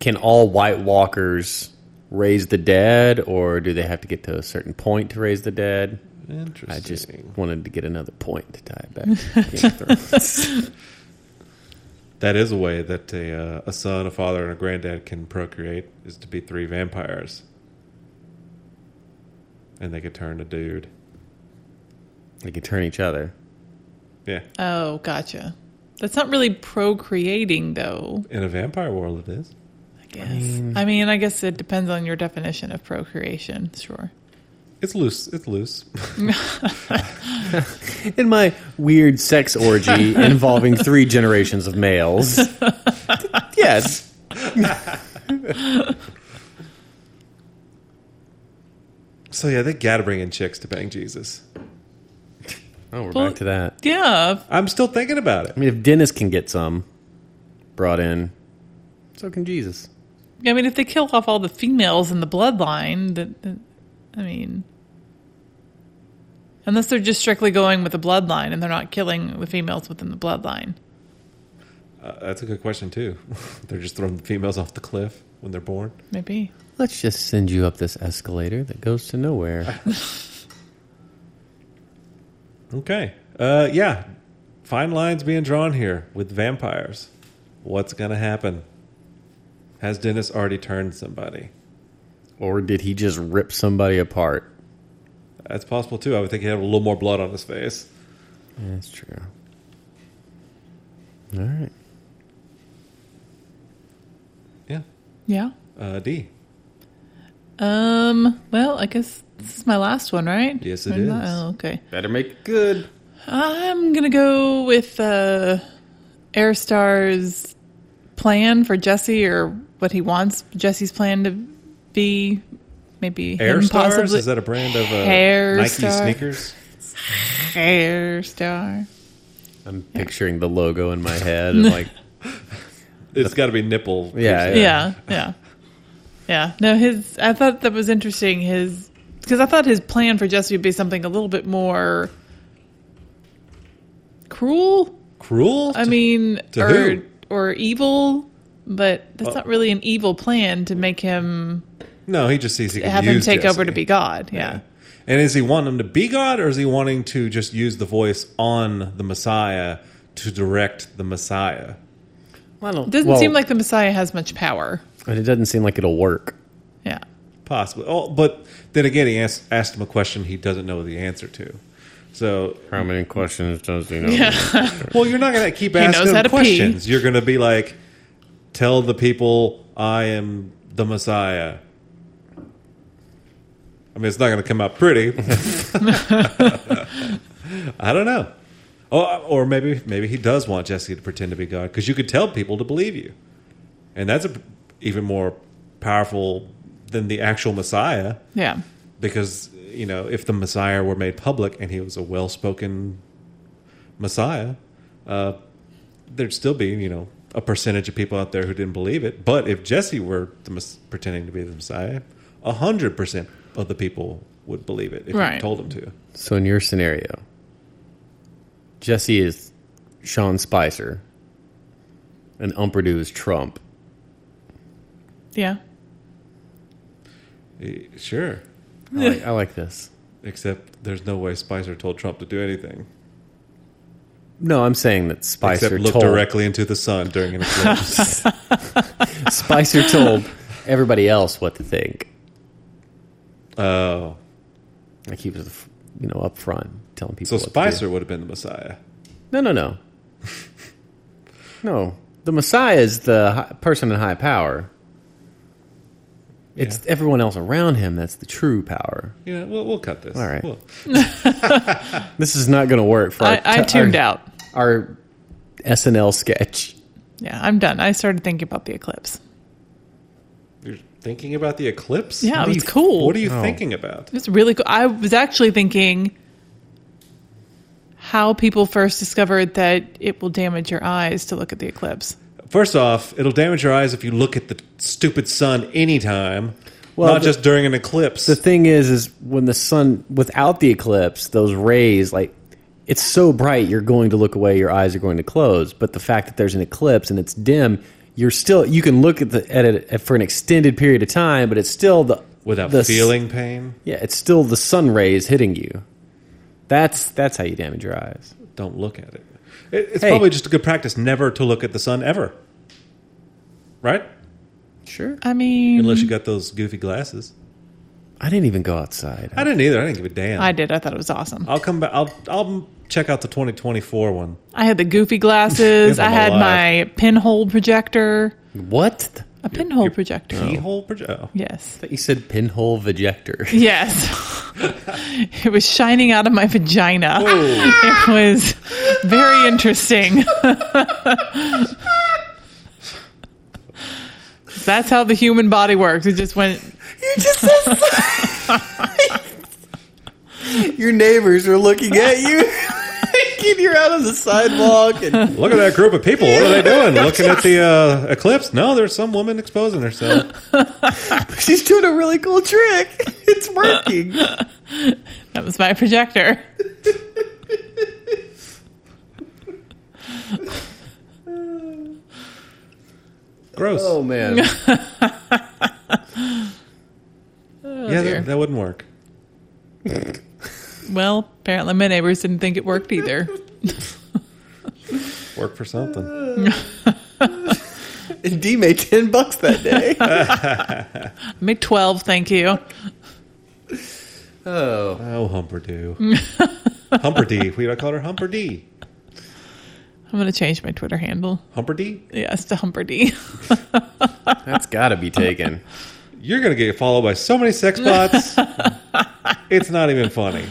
B: can all White Walkers raise the dead, or do they have to get to a certain point to raise the dead?
A: Interesting.
B: I just wanted to get another point to tie it back. to Game of Thrones.
A: that is a way that a uh, a son, a father, and a granddad can procreate is to be three vampires, and they could turn a dude.
B: they can turn each other.
A: Yeah,
C: Oh, gotcha. That's not really procreating, though.
A: in a vampire world, it is.
C: I guess. I mean, I, guess it depends on your definition of procreation. Sure.
A: It's loose. It's loose.
B: In my weird sex orgy involving three generations of males. yes.
A: So yeah, they gotta bring in chicks to bang Jesus.
B: Oh, we're
C: Well-
B: back to that.
C: Yeah.
A: I'm still thinking about it.
B: I mean, if Dennis can get some, brought in. So can Jesus.
C: I mean, if they kill off all the females in the bloodline, that, that- I mean, unless they're just strictly going with the bloodline and they're not killing the females within the bloodline.
A: Uh, that's a good question too. they're just throwing females off the cliff when they're born.
C: Maybe.
B: Let's just send you up this escalator that goes to nowhere.
A: Okay. Uh, yeah. Fine lines being drawn here with vampires. What's going to happen? Has Dennis already turned somebody?
B: or did he just rip somebody apart?
A: That's possible too. I would think he'd have a little more blood on his face.
B: Yeah, that's true. All right.
A: Yeah.
C: Yeah.
A: Uh, D.
C: Um. Well, I guess this is my last one, right?
A: Yes, it
C: Or not?
A: is.
C: Oh, okay.
B: Better make it good.
C: I'm gonna go with uh, Airstar's plan for Jesse, or what he wants Jesse's plan to be. Maybe him
A: Air Stars?
C: possibly-
A: Is that a brand of uh,
C: Hair
A: Nike
C: Star.
A: sneakers?
C: Airstar?
B: I'm picturing the logo in my head and like
A: It's got to be nipple.
B: Yeah,
C: Yeah, yeah, yeah. No, his. I thought that was interesting. His because I thought his plan for Jesse would be something a little bit more cruel.
A: Cruel?
C: I mean,
A: to
C: or
A: who?
C: or evil, but that's
A: Oh.
C: not really an evil plan to make him
A: no, he just sees he can
C: have him
A: use
C: take over
A: Jesse.
C: to be God. Yeah.
A: And is he wanting him to be God, or is he wanting to just use the voice on the Messiah to direct the Messiah?
B: I don't,
C: It doesn't
B: well,
C: seem like the Messiah has much power.
B: and it doesn't seem like it'll work.
C: Yeah.
A: Possibly. Oh, but then again, he asked, asked him a question he doesn't know the answer to. So,
B: How many questions does he know?
A: well, you're not going to keep
C: knows
A: asking
C: how
A: him
C: to pee.
A: questions. You're going to be like, tell the people I am the Messiah. I mean, it's not going to come out pretty. I don't know. Oh, or maybe maybe he does want Jesse to pretend to be God because you could tell people to believe you, and that's a, even more powerful than the actual Messiah.
C: Yeah.
A: because you know if the messiah were made public and he was a well-spoken messiah uh, there'd still be you know a percentage of people out there who didn't believe it but if jesse were the mes- pretending to be the messiah 100% of the people would believe it if you
C: Right.
A: told them to
B: So in your scenario, Jesse is Sean Spicer, and Umperdu is Trump.
C: Yeah.
A: Eh, sure
B: I like, I like this.
A: except there's no way spicer told trump to do anything
B: No, I'm saying that Spicer
A: except look
B: told
A: directly into the sun during an eclipse
B: Spicer told everybody else what to think.
A: oh
B: Like he was, the f- you know, up front telling people.
A: so
B: what to do.
A: spicer would have been the messiah
B: No, no, no. no, the Messiah is the hi- person in high power. It's everyone else around him that's the true power.
A: you know we'll, we'll cut this
B: All right.
A: We'll-
B: This is not going to work for.
C: I, I tuned out.
B: Our SNL sketch.
C: Yeah. I'm done. I started thinking about the eclipse.
A: you're thinking about the eclipse
C: Yeah.
B: do
C: It was
B: you-
C: cool.
A: What are you
B: Oh.
A: thinking about?
C: It's really cool. I was actually thinking how people first discovered that it will damage your eyes to look at the eclipse.
A: First off, it'll damage your eyes if you look at the stupid sun anytime,
B: Well,
A: not
B: the-
A: just during an eclipse.
B: The thing is, is when the sun without the eclipse, those rays like it's so bright you're going to look away. Your eyes are going to close. But the fact that there's an eclipse and it's dim, you're still you can look at the at it for an extended period of time, but it's still the
A: Without
B: the s-
A: feeling pain,
B: Yeah, it's still the sun rays hitting you. That's that's how you damage your eyes.
A: don't look at it. it it's
B: Hey.
A: probably just a good practice never to look at the sun ever. Right?
B: Sure.
C: I mean,
A: Unless you got those goofy glasses.
B: I didn't even go outside.
A: I didn't either. I didn't give a damn.
C: I did. I thought it was awesome.
A: I'll come back. I'll I'll check out the 2024 one.
C: I had the goofy glasses.
A: If I'm
C: I had
A: alive.
C: my pinhole projector.
B: what?
C: A pinhole projector.
A: Keyhole project. Oh.
C: Yes.
B: You said pinhole vejector.
C: Yes. it was shining out of my vagina.
A: Oh.
C: It was very interesting. That's how the human body works. It just went
B: Your neighbors are looking at you. and
D: figure out on the sidewalk. And
A: Look at that group of people. What are they doing? Looking at the uh, eclipse? No, there's some woman exposing herself.
D: she's doing a really cool trick. It's working.
C: That was my projector.
A: Gross.
B: Oh man.
A: yeah,
C: dear.
A: that, that wouldn't work.
C: Well, apparently my neighbors didn't think it worked either.
A: Work for something.
D: And D made ten bucks that day.
C: I made 12, thank you.
B: Oh.
A: Oh, Humperdoo. Humperdee. We call her Humperdee.
C: I'm going to change my Twitter handle.
A: Humperdee?
C: Yes, to Humperdy.
B: That's gotta be taken.
A: You're going to get followed by so many sex bots. it's not even funny.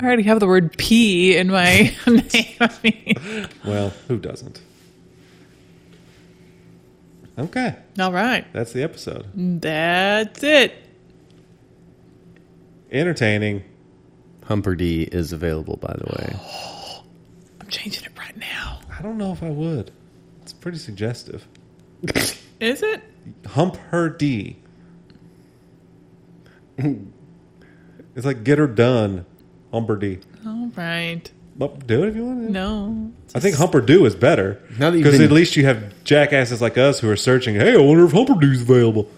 C: I already have the word P in my name. I mean,
A: Well, who doesn't? Okay.
C: all right.
A: That's the episode.
C: That's it.
A: Entertaining.
B: Humperdee is available, by the way.
C: I'm changing it right now.
A: I don't know if I would. It's pretty suggestive.
C: Is it?
A: Hump her D. it's like get her done, Humper D.
C: All right.
A: But do it if you want.
C: No.
A: I think Humper Do is better
B: Now that you've
A: because
B: been-
A: at least you have jackasses like us who are searching. Hey, I wonder if Humper Doo's available,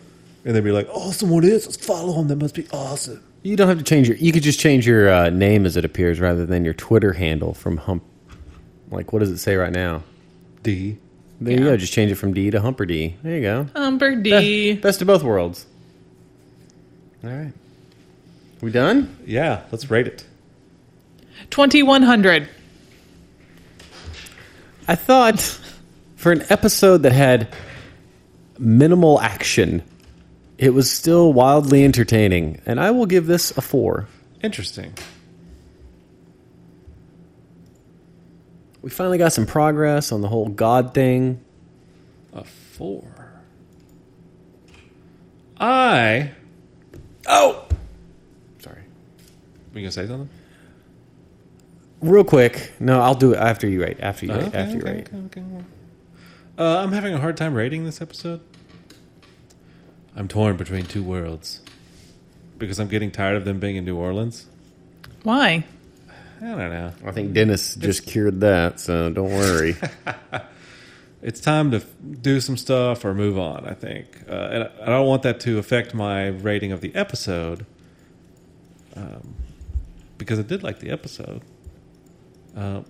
A: and they'd be like, "Oh, someone is. Let's follow him. That must be awesome."
B: You don't have to change your. You could just change your uh, name as it appears, rather than your Twitter handle from Hump. Like, what does it say right now?
A: D.
B: There you go. Just change it from D to Humperdee. There you go.
C: Humperdy.
B: Best, Eh, best of both worlds. All right. We done?
A: Yeah, let's rate it.
C: 2100.
B: I thought for an episode that had minimal action, it was still wildly entertaining, and I will give this a four.
A: Interesting.
B: We finally got some progress on the whole God thing.
A: A four. I. Oh. Sorry. Were you gonna say something?
B: Real quick, no, I'll do it after you rate. After you rate.
A: Okay,
B: after you
A: okay,
B: rate.
A: okay, okay. Uh, I'm having a hard time rating this episode. I'm torn between two worlds because I'm getting tired of them being in New Orleans.
C: Why?
A: I don't know.
B: I think Dennis just cured that, so don't worry.
A: It's time to f- do some stuff or move on. I think, uh, and I- I don't want that to affect my rating of the episode um, because I did like the episode. Uh,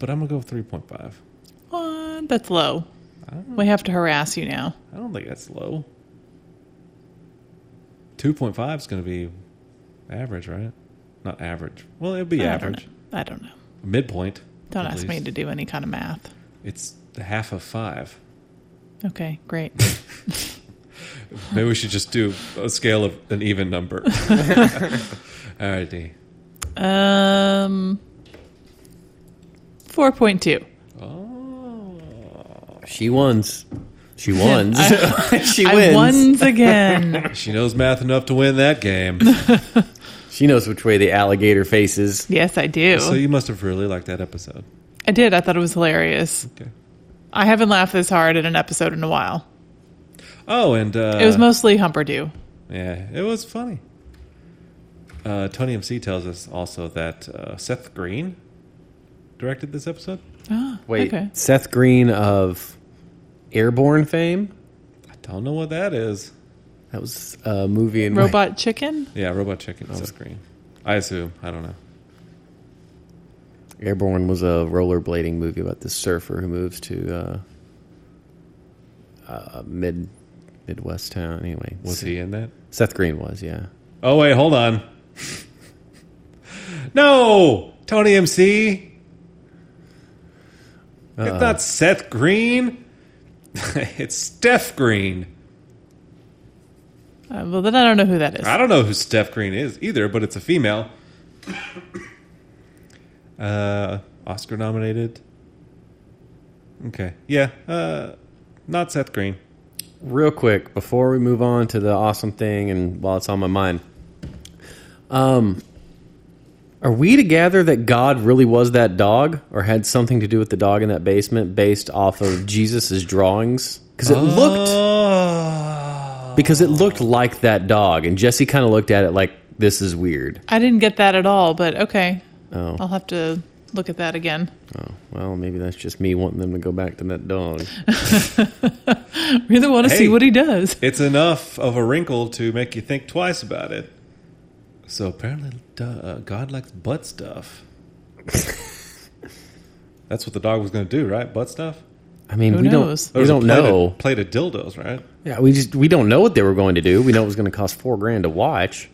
A: but I'm gonna go with three point five.
C: Uh, that's low.
B: Oh.
C: We have to harass you now.
A: I don't think that's low. 2.5 is going to be average, right? Not average. Well, it'd be
C: I don't
A: average.
C: know. I don't know.
A: Midpoint.
C: Don't
A: at
C: ask me
A: least.
C: to do any kind of math.
A: It's the half of five.
C: Okay, great.
A: Maybe we should just do a scale of an even number. All right, D.
C: um, 4.2.
B: she wins. She wins. she
C: I once again.
A: She knows math enough to win that game.
B: She knows which way the alligator faces.
C: yes, I do.
A: so you must have really liked that episode.
C: I did. I thought it was hilarious.
A: Okay.
C: I haven't laughed this hard at an episode in a while.
A: Oh, and uh,
C: It was mostly Humperdew.
A: Yeah, it was funny. Uh, Tony MC tells us also that uh, Seth Green directed this episode.
B: Wait,
C: Okay.
B: Seth Green of Airborne fame.
A: I don't know what that is.
B: That was a movie in
C: Robot Chicken?
A: Yeah, Robot Chicken, Seth Green. I assume. I don't know.
B: Airborne was a rollerblading movie about this surfer who moves to uh, uh, mid Midwest town. Anyway,
A: Was he in that?
B: Seth Green was yeah.
A: Oh, wait, hold on. no! Tony MC? It's not Seth Green. it's Steph Green.
C: Uh, well, then I don't know who that is.
A: I don't know who Steph Green is either, but it's a female. uh, Oscar nominated. Okay. Yeah. Uh, not Seth Green.
B: Real quick before we move on to the awesome thing, and while it's on my mind, um, Are we to gather that God really was that dog, or had something to do with the dog in that basement, based off of Jesus's drawings? Because it looked
A: Ah.
B: because it looked like that dog, and Jesse kind of looked at it like this is weird.
C: I didn't get that at all, but okay.
B: Oh.
C: I'll have to look at that again.
B: Well, maybe that's just me wanting them to go back to that dog.
C: Really want to
A: Hey.
C: see what he does.
A: It's enough of a wrinkle to make you think twice about it. So apparently, duh, uh, God likes butt stuff. That's what the dog was going to do, right? Butt stuff.
B: I mean,
C: Who
B: we
C: knows?
B: don't we
A: was a
B: don't
A: plate of-
B: know.
A: plate of dildos, right?
B: Yeah, we just we don't know what they were going to do. We know it was going to cost four grand to watch.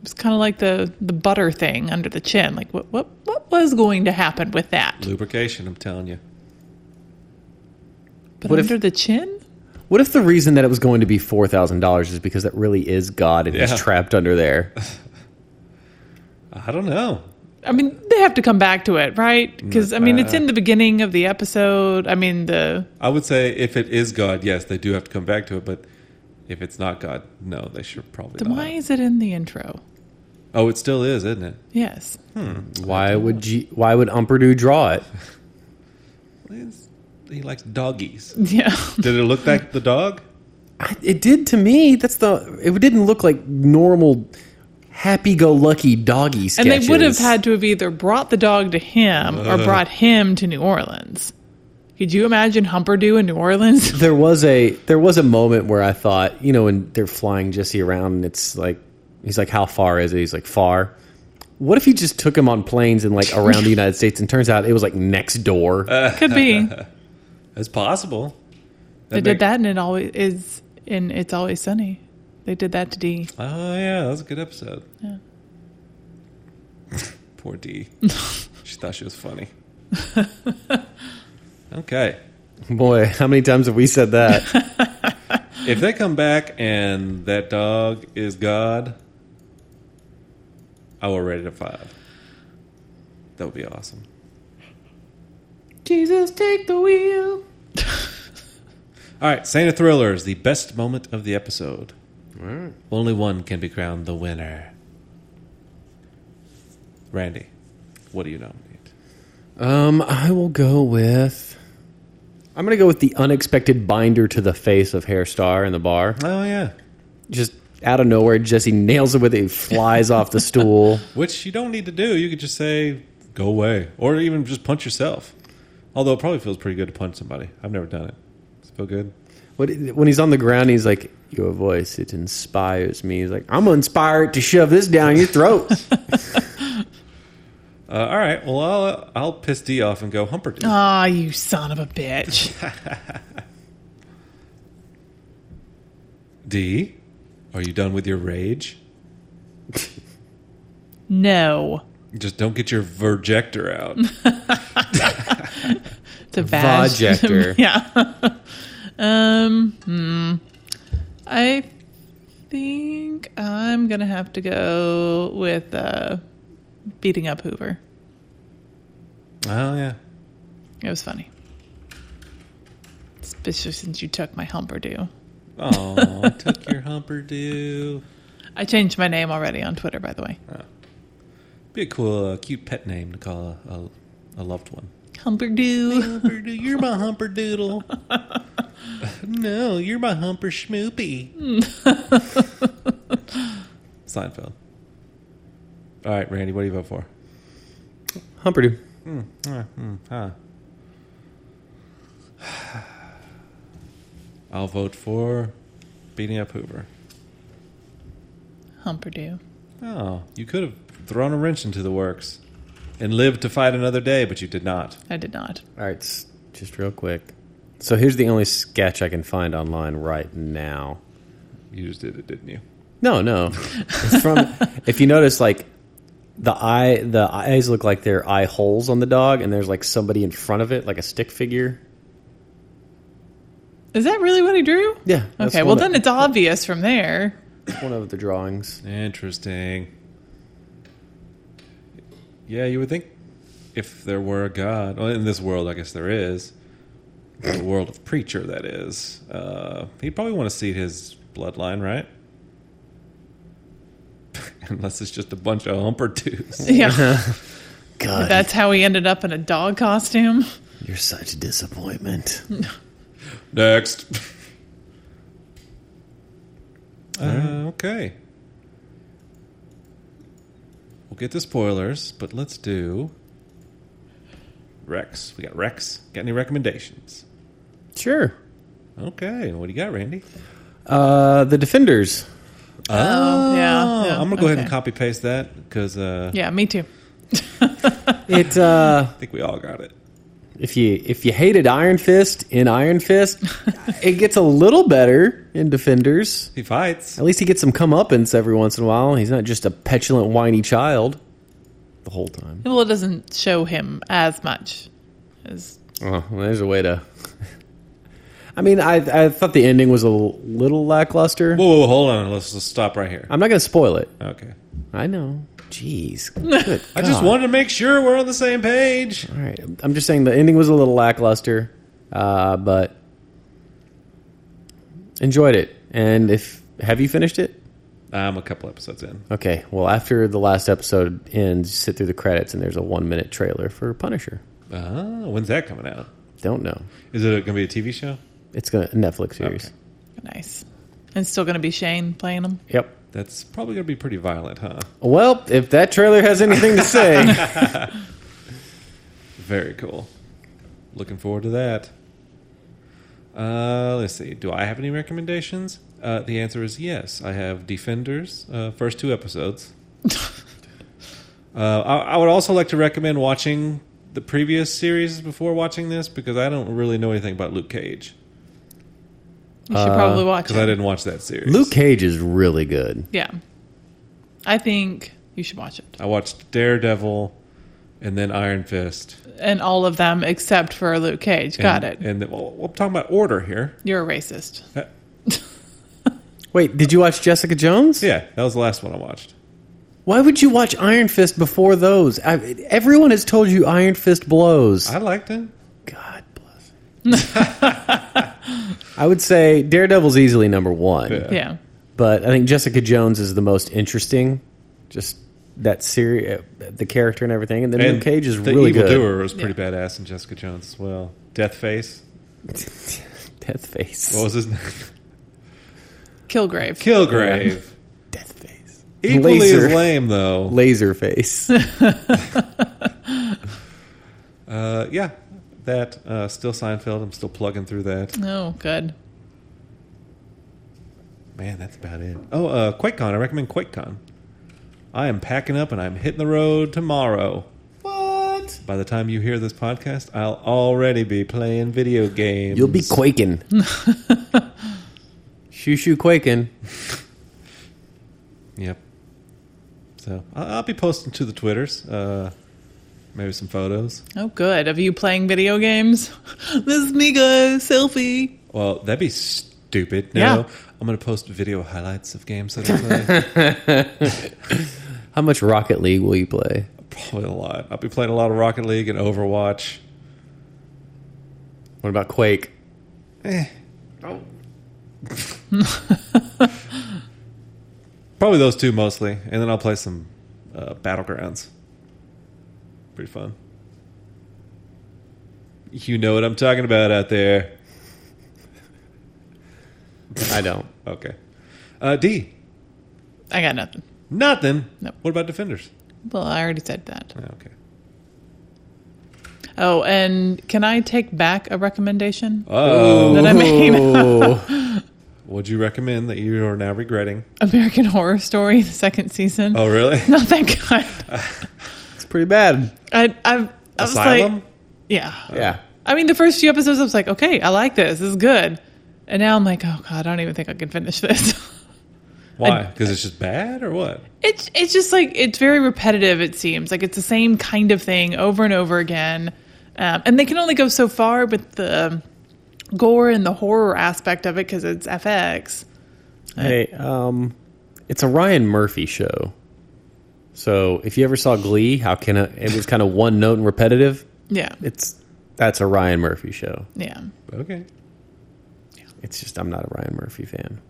C: It's kind of like the the butter thing under the chin. Like what what what was going to happen with that?
A: Lubrication, I'm telling you.
C: But
B: What if-
C: under the chin?
B: What if the reason that it was going to be four thousand dollars is because that really is God and
A: Yeah.
B: he's trapped under there?
A: I don't know.
C: I mean, they have to come back to it, right? Because I mean, it's in the beginning of the episode. I mean, the
A: I would say if it is God, yes, they do have to come back to it. But if it's not God, no, they should probably
C: then
A: not.
C: why is it in the intro?
A: Oh, it still is, isn't it?
C: Yes,
B: Why would G, why would Umperdu draw it?
A: It's- he likes doggies.
C: yeah.
A: Did it look like the dog?
B: I, it did to me. That's the it didn't look like normal happy-go-lucky doggy
C: And
B: sketches.
C: they would have had to have either brought the dog to him or
A: Ugh.
C: brought him to New Orleans. Could you imagine Humperdew in New Orleans?
B: There was a there was a moment where I thought, you know, when they're flying Jesse around, and it's like he's like, "How far is it?" He's like, "Far." What if he just took him on planes and like around the United States, and turns out it was like next door?
C: Could be.
A: It's possible.
C: They
A: make-
C: did that, and it always is in It's Always Sunny. They did that to D.
A: Oh yeah, that was a good episode. Yeah. Poor D. she thought she was funny. okay.
B: Boy, how many times have we said that?
A: If they come back and that dog is God, I will rate it a five. That would be awesome.
C: Jesus, take the wheel.
A: All right, Santa Thriller is the best moment of the episode. Only one can be crowned the winner. Randy, what do you nominate?
B: Um, I will go with. I'm gonna go with the unexpected binder to the face of Hair Star in the bar.
A: Oh yeah,
B: Just out of nowhere, Jesse nails it with it. He flies off the stool.
A: which you don't need to do. You could just say go away, or even just punch yourself. Although it probably feels pretty good to punch somebody. I've never done it. Does it feel good?
B: What, when he's on the ground, he's like, "Your voice, it inspires me." He's like, "I'm inspired to shove this down your throat."
A: Uh, all right. Well, I'll I'll piss D off and go humper D.
C: Ah, you son of a bitch.
A: D, are you done with your rage?
C: No.
A: Just don't get your verjector out.
C: It's a vag.
B: Vajector.
C: yeah. um. Hmm. I think I'm gonna have to go with uh, beating up Hoover.
A: oh yeah.
C: It was funny, especially since you took my Humperdew.
A: Oh, took your humper do.
C: I changed my name already on Twitter, by the way.
A: Be a cool, uh, cute pet name to call a, a, a loved one.
C: Humperdew.
A: Humperdoo, you're my humper doodle. no, you're my humper schmoopy. Seinfeld. All right, Randy, what do you vote for?
B: Humperdew.
A: Huh. I'll vote for beating up Hoover.
C: Humperdew.
A: Oh, you could have thrown a wrench into the works and lived to fight another day, but you did not.
C: I did not.
B: All right, s- just real quick. So here's the only sketch I can find online right now.
A: You just did it, didn't you?
B: No, no. It's from if you notice, like the eye, the eyes look like they're eye holes on the dog, and there's like somebody in front of it, like a stick figure.
C: Is that really what he drew?
B: Yeah. that's
C: Okay. Well,
B: one
C: then
B: of,
C: it's obvious from there.
B: it's one of the drawings.
A: Interesting. Yeah, you would think if there were a God, well, in this world, I guess there is, the world of Preacher, that is, uh, he'd probably want to see his bloodline, right? unless it's just a bunch of humper twos.
C: Yeah,
B: God,
C: that's how he ended up in a dog costume.
B: you're such a disappointment.
A: Next. Uh, okay. We'll get the spoilers, but let's do Rex. We got Rex. Got any recommendations?
B: Sure.
A: Okay. What do you got, Randy?
B: Uh, the Defenders.
C: Oh, yeah,
A: Oh,
C: yeah,
A: I'm gonna go ahead
C: okay.
A: and copy paste that because uh,
C: Yeah, me too.
B: It uh,
A: I think we all got it.
B: if you if you hated Iron Fist in Iron Fist, it gets a little better in Defenders.
A: He fights.
B: At least he gets some comeuppance every once in a while. He's not just a petulant, whiny child the whole time.
C: Well, it doesn't show him as much as
B: Oh, well, there's a way to. I mean, I I thought the ending was a little lackluster.
A: Whoa, whoa, whoa, hold on. Let's, let's stop right here.
B: I'm not going to spoil it.
A: Okay.
B: I know. Jeez. Good
A: I just
B: God.
A: wanted to make sure we're on the same page.
B: All right. I'm just saying the ending was a little lackluster, uh, but enjoyed it. And if have you finished it?
A: I'm a couple episodes in.
B: Okay. Well, after the last episode ends, sit through the credits, and there's a one minute trailer for Punisher.
A: Ah, when's that coming out?
B: Don't know.
A: Is it going to be a TV show?
B: It's gonna Netflix series.
A: Okay.
C: nice. And still going to be Shane playing him.
B: Yep.
A: That's probably going to be pretty violent, huh?
B: Well, if that trailer has anything to say,
A: Very cool. Looking forward to that. Uh, let's see. Do I have any recommendations? Uh, the answer is yes. I have Defenders, uh, first two episodes. uh, I, I would also like to recommend watching the previous series before watching this because I don't really know anything about Luke Cage
C: You should probably watch
A: because Uh, I
C: it.
A: didn't watch that series.
B: Luke Cage is really good.
C: Yeah, I think you should watch it.
A: I watched Daredevil and then Iron Fist.
C: And all of them except for Luke Cage. Got
A: And-
C: it.
A: And the, well, I'm talking about order here. Uh,
C: You're a racist.
A: That-
B: Wait, did you watch Jessica Jones?
A: yeah, that was the last one I watched.
B: Why would you watch Iron Fist before those? I, everyone has told you Iron Fist blows.
A: I liked it.
B: God bless. I would say Daredevil's easily number one,
A: Yeah.
C: Yeah.
B: but I think Jessica Jones is the most interesting. Just that series, the character and everything, and then Luke Cage is
A: the
B: really
A: evil
B: good.
A: doer was pretty badass in Jessica Jones as well. Death Face.
B: Death face.
A: What was his name?
C: Kilgrave.
A: Kilgrave.
B: Death face.
A: Equally
B: Laser.
A: as lame though.
B: Laser face.
A: Uh, yeah. That uh, still Seinfeld. I'm still plugging through that.
C: oh, good.
A: Man, that's about it. Oh, uh, QuakeCon. I recommend QuakeCon. I am packing up and I'm hitting the road tomorrow.
D: What?
A: By the time you hear this podcast, I'll already be playing video games.
B: You'll be quaking. shoo shoo quaking.
A: Yep. So I- I'll be posting to the Twitters, uh, maybe some photos.
C: Oh, good. Of you playing video games? this is me, guys. Selfie.
A: Well, that'd be stupid. No,
C: Yeah.
A: I'm going to post video highlights of games that I play.
B: How much Rocket League will you play?
A: Probably a lot. I'll be playing a lot of Rocket League and Overwatch.
B: What about Quake?
A: Probably those two mostly, and then I'll play some uh, Battlegrounds. Pretty fun. You know what I'm talking about out there.
B: I don't.
A: Okay. Uh, D.
C: I got nothing.
A: Nothing.
C: Nope.
A: What about Defenders?
C: Well, I already said that.
A: Yeah, Okay.
C: Oh, and can I take back a recommendation
A: Oh.
C: that I made?
B: Oh,
A: Would you recommend that you are now regretting?
C: American Horror Story, the second season.
A: Oh, really?
C: Not that kind.
B: it's pretty bad.
C: I, I, I was
A: Asylum?
C: like, yeah.
B: Yeah.
C: I mean, the first few episodes, I was like, okay, I like this. This is good. And now I'm like, oh god, I don't even think I can finish this.
A: Why? Because it's just bad or what?
C: It's it's just like it's very repetitive. It seems like it's the same kind of thing over and over again, um, and they can only go so far with the gore and the horror aspect of it because it's FX.
B: Hey, um, it's a Ryan Murphy show. So if you ever saw Glee, how can I, it was kind of one note and repetitive?
C: Yeah,
B: It's that's a Ryan Murphy show.
C: yeah.
A: Okay.
B: It's just I'm not a Ryan Murphy fan.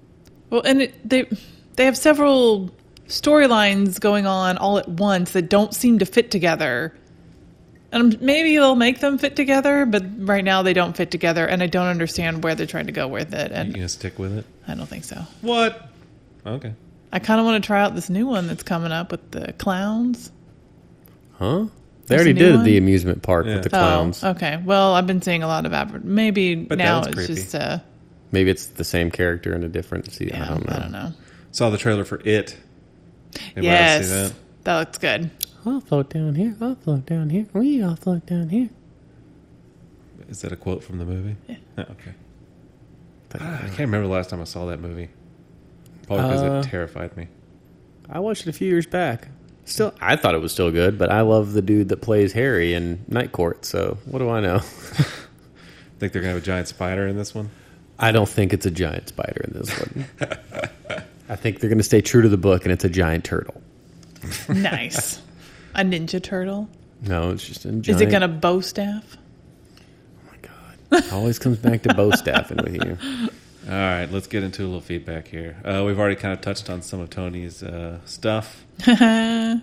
C: Well, and it, they they have several storylines going on all at once that don't seem to fit together. And maybe they'll make them fit together, but right now they don't fit together, and I don't understand where they're trying to go with it.
A: You
C: And
A: gonna stick with it?
C: I don't think so.
A: What? Okay.
C: I kind of want to try out this new one that's coming up with the clowns.
B: Huh? They
C: There's a
B: already
C: new
B: did
C: one?
B: the amusement park
A: Yeah.
B: with the
A: Oh,
B: clowns.
C: Oh, okay. Well, I've been seeing a lot of adver- maybe
A: that
C: now
A: one's
C: it's
A: creepy.
C: just uh,
B: Maybe it's the same character in a different. See,
C: yeah,
B: I don't know.
C: I don't know.
A: Saw the trailer for it. Anybody else
C: yes,
A: see that?
C: that? looks good.
B: I'll float down here. I'll float down here. We all float down here.
A: Is that a quote from the movie? Yeah. okay. Ah, I can't remember the last time I saw that movie. Probably because
B: Uh,
A: it terrified me.
B: I watched it a few years back. Still, I thought it was still good, but I love the dude that plays Harry in Night Court. So what do I know?
A: Think they're gonna have a giant spider in this one?
B: I don't think it's a giant spider in this one. I think they're going to stay true to the book, and it's a giant turtle.
C: Nice. a Ninja Turtle.
B: No, it's just a giant.
C: Is it going to bow staff?
B: It always comes back to bow staffing with you.
A: All right, let's get into a little feedback here. Uh, we've already kind of touched on some of Tony's uh, stuff. uh,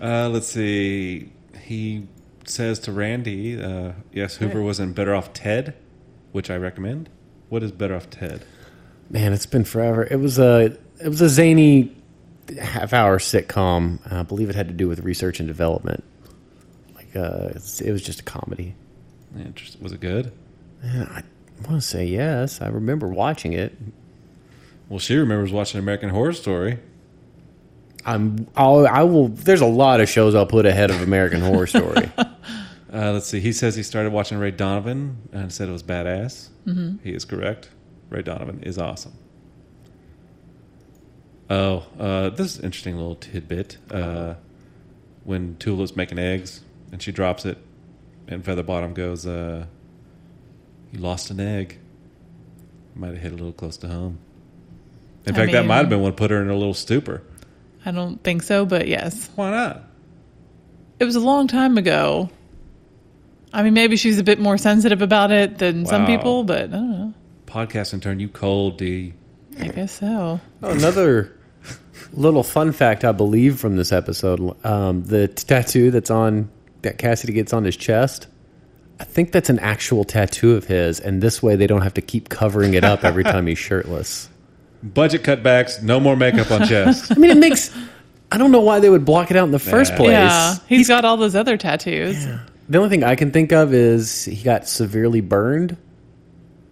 A: let's see. He says to Randy, uh, "Yes, Hooper was in Better Off Ted, which I recommend." What is Better Off Ted?
B: Man, it's been forever. It was a it was a zany half hour sitcom. I believe it had to do with research and development. Like uh, it's, it was just a comedy.
A: Interesting. Was it good?
B: And I want to say yes. I remember watching it.
A: Well, she remembers watching American Horror Story.
B: I'm I'll, I will. There's a lot of shows I'll put ahead of American Horror Story.
A: Uh, let's see. He says he started watching Ray Donovan and said it was badass. Mm-hmm. He is correct. Ray Donovan is awesome. Oh, uh, this is an interesting little tidbit. Uh, when Tula's making eggs and she drops it, and Featherbottom goes, uh, "You lost an egg." Might have hit a little close to home. In
C: I
A: fact, that
C: mean-
A: might have been what put her in a little stupor.
C: I don't think so, but yes.
A: Why not?
C: It was a long time ago. I mean, maybe she's a bit more sensitive about it than some
A: Wow.
C: people, but I don't know.
A: Podcast intern, you cold D.
C: I guess so.
B: Oh, another little fun fact I believe from this episode: um, the t- tattoo that's on that Cassidy gets on his chest. I think that's an actual tattoo of his, and this way they don't have to keep covering it up every time he's shirtless.
A: Budget cutbacks. No more makeup on chest.
B: I mean, it makes. I don't know why they would block it out in the first
A: Yeah.
B: place.
C: Yeah, he's got all those other tattoos.
B: The only thing I can think of is he got severely burned,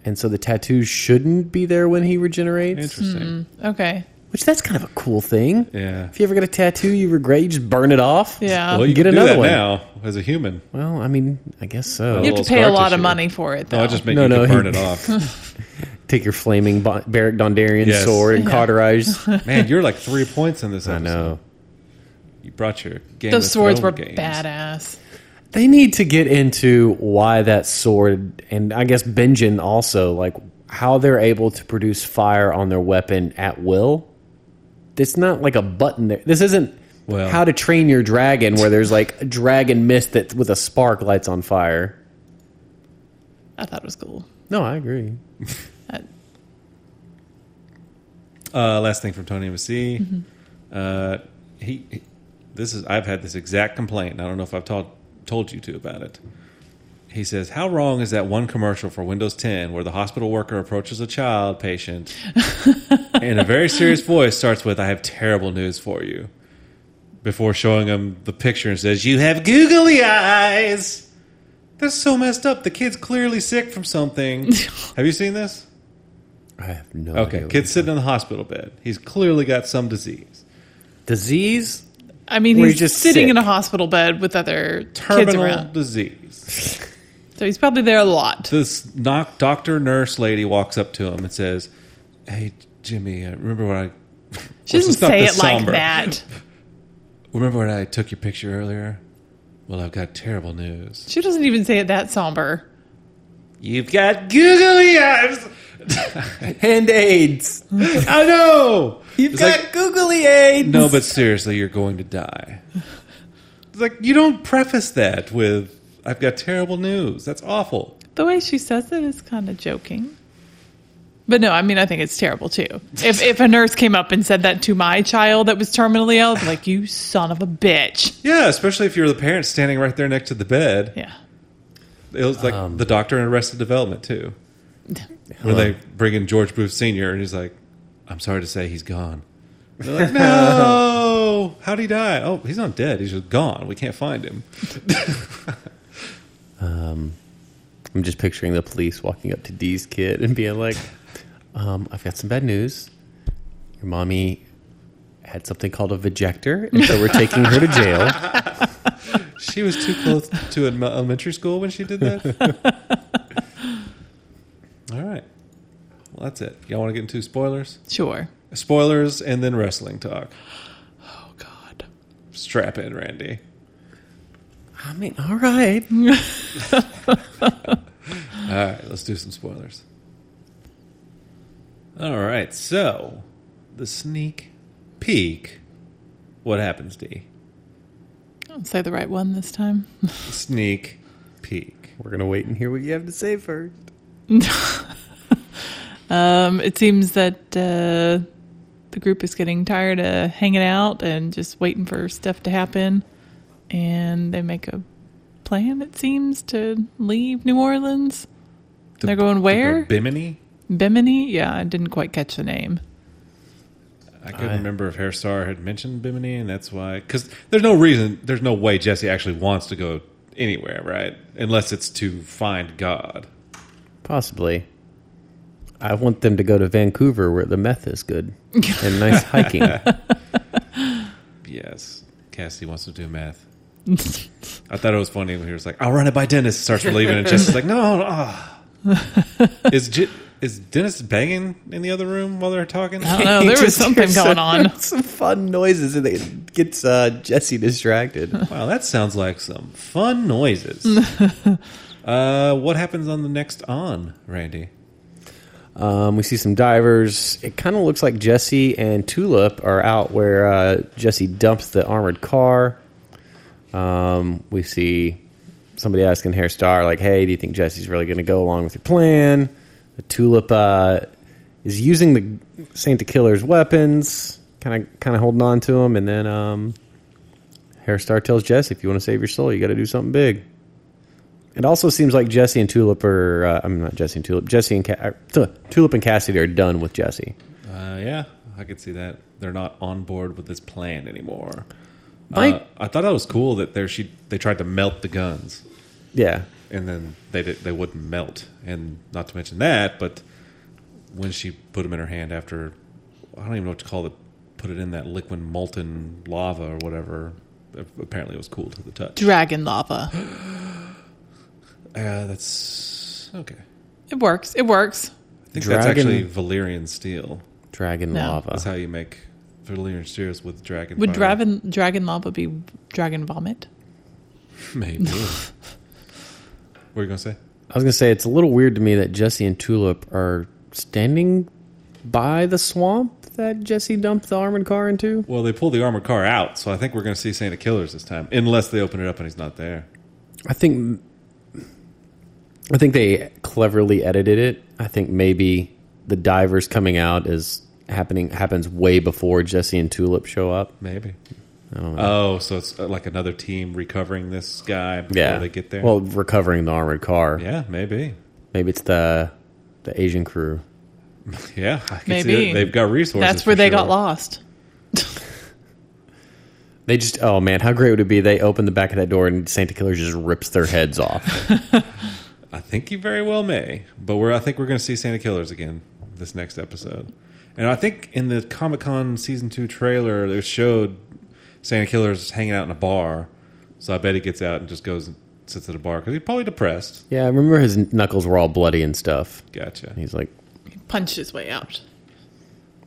B: and so the tattoo shouldn't be there when he regenerates.
A: Interesting.
C: Okay.
B: Which that's kind of a cool thing.
A: Yeah.
B: If you ever get a tattoo you regret, you just burn it off.
C: Yeah.
A: Well, you
B: Um, Get
A: can
B: another
A: do that
B: one.
A: now as a human.
B: Well, I mean, I guess so.
C: you
A: little
C: have to pay a
A: scar
C: lot of
A: tissue.
C: money for it, though.
A: No, Oh, I just make
B: No,
A: you
B: no,
A: can burn
B: he-
A: it off.
B: Take your flaming Bo- Barrack Dondarrion
A: Yes.
B: sword and cauterize.
A: Man, you're like three points in this
B: I
A: episode.
B: know.
A: You brought your game.
C: those
A: of
C: swords were
A: Thrones games.
C: badass.
B: They need to get into why that sword, and I guess Benjin also, like how they're able to produce fire on their weapon at will. It's not like a button there. This isn't
A: Well-
B: how to train your dragon, where there's like a dragon mist that with a spark lights on fire.
C: I thought it was cool.
B: No, I agree.
C: I-
A: Uh, last thing from Tony Massey. Uh, he, he- this is I've had this exact complaint. and I don't know if I've told told you two about it. He says, "How wrong is that one commercial for Windows 10 where the hospital worker approaches a child patient in a very serious voice starts with, "I have terrible news for you." Before showing him the picture and says, "You have googly eyes." That's so messed up. The kid's clearly sick from something. have you seen this?
B: I have no idea
A: Okay,
B: what
A: kid's sitting in the hospital bed. He's clearly got some disease.
B: disease.
C: I mean,
B: Where
C: he's
B: he's
C: just
B: just
C: sitting
B: sick.
C: in a hospital bed with other kids
A: Terminal
C: around,
A: disease.
C: so he's probably there a lot.
A: This knock, doctor nurse lady walks up to him and says, "Hey, Jimmy, uh, remember when I
C: She
A: This
C: doesn't
A: is not
C: say it
A: this
C: like
A: somber.
C: that.
A: remember when I took your picture earlier? Well, I've got terrible news.
C: She doesn't even say it that somber.
A: You've got googly eyes.
B: Hand aids.
A: I know.
B: You've
A: It's
B: got
A: like-
C: E
B: googly aids.
A: no, but seriously, you're going to die. It's like you don't preface that with "I've got terrible news." That's awful.
C: The way she says it is kind of joking. But no, I mean, I think it's terrible too. If, if a nurse came up and said that to my child that was terminally ill, I'd be like, you son of a bitch.
A: Yeah, especially if you're the parent standing right there next to the bed.
C: Yeah.
A: It was like the doctor in Arrested Development too, where they bring in George Booth Senior, and he's like, "I'm sorry to say, he's gone." And They're like, "No, how'd he die? Oh, he's not dead. He's just gone. We can't find him."
B: I'm just picturing the police walking up to Dee's kid and being like, um, I've got some bad news. Your mommy had something called a vejector, and so we're taking her to jail.
A: She was too close to an elementary school when she did that. All right. Well, that's it. Y'all want to get into spoilers?
C: Sure.
A: Spoilers and then wrestling talk.
C: Oh, God.
A: Strap in, Randy.
B: I mean, all right.
A: All right, let's do some spoilers. All right, so the sneak peek. What happens, D?
C: Don't say the right one this time.
A: Sneak peek.
B: We're going to wait and hear what you have to say first.
C: Um, it seems that uh, the group is getting tired of hanging out and just waiting for stuff to happen. And they make a plan, it seems, to leave New Orleans. They're going where?
A: Bimini.
C: Bimini? Yeah, I didn't quite catch the name.
A: I couldn't remember if Hairstar had mentioned Bimini, and that's why. Because there's no reason, there's no way Jesse actually wants to go anywhere, right? Unless it's to find God.
B: Possibly. I want them to go to Vancouver where the meth is good and nice hiking.
C: Oh,
A: Yes, Cassidy wants to do math. I thought it was funny when he was like, "I'll run it by Dennis." Starts leaving, and Jesse's like, "No, ah." is J- is Dennis banging in the other room while they're talking?
C: I don't know. There was something going on.
D: Some fun noises, and it gets uh, Jesse distracted.
A: Wow, that sounds like some fun noises. uh, what happens on the next on, Randy?
B: Um, we see some divers. It kind of looks like Jesse and Tulip are out where uh, Jesse dumped the armored car. Um, we see somebody asking Hairstar, like, hey, do you think Jesse's really going to go along with your plan? The Tulip uh, is using the Saint Killer's weapons, kind of kind of holding on to him. And then um, Hairstar tells Jesse, if you want to save your soul, you got to do something big. It also seems like Jesse and Tulip are. Uh, I'm not Jesse and Tulip. Jesse and Ca- uh, Tu- Tulip and Cassidy are done with Jesse.
A: Uh, yeah, I could see that they're not on board with this plan anymore.
B: My-
A: Uh, I thought that was cool that there she they tried to melt the guns.
B: Yeah,
A: and then they did, they wouldn't melt. And not to mention that, but when she put them in her hand after, I don't even know what to call it, put it in that liquid molten lava or whatever. Apparently, it was cool to the touch. Uh,
C: Dragon lava.
A: that's okay.
C: It works. It works.
A: I think that's
B: Dragon-
A: actually Valyrian steel.
B: dragon
C: No.
A: That's
B: lava.
A: how you make Valyrian steels with dragon.
C: Would
A: fire.
C: dragon dragon lava be dragon vomit?
A: maybe? what were you gonna say?
B: I was gonna say it's a little weird to me that Jesse and Tulip are standing by the swamp that Jesse dumped the armored car into.
A: Well, they pulled the armored car out, so I think we're gonna see Santa Killers this time, unless they open it up and he's not there.
B: I think I think they cleverly edited it. I think maybe the divers coming out is happening happens way before Jesse and Tulip show up.
A: Maybe. Oh, so it's uh, like another team recovering this guy before
B: Yeah,
A: they get there.
B: Well, recovering the armored car.
A: yeah, maybe.
B: Maybe it's the the Asian crew.
A: Yeah, I can see
C: Maybe.
A: it. they've got resources.
C: That's where
A: for
C: they
A: sure.
C: got lost.
B: They just oh man, how great would it be? They open the back of that door and Santa Killer just rips their heads off.
A: I think you very well may, but we're I think we're going to see Santa Killers again this next episode. And I think in the Comic Con season two trailer, they showed Santa Killers hanging out in a bar. So I bet he gets out and just goes and sits at a bar because he's probably depressed.
B: yeah, I remember his knuckles were all bloody and stuff.
A: Gotcha.
B: He's like,
C: Punch his way out.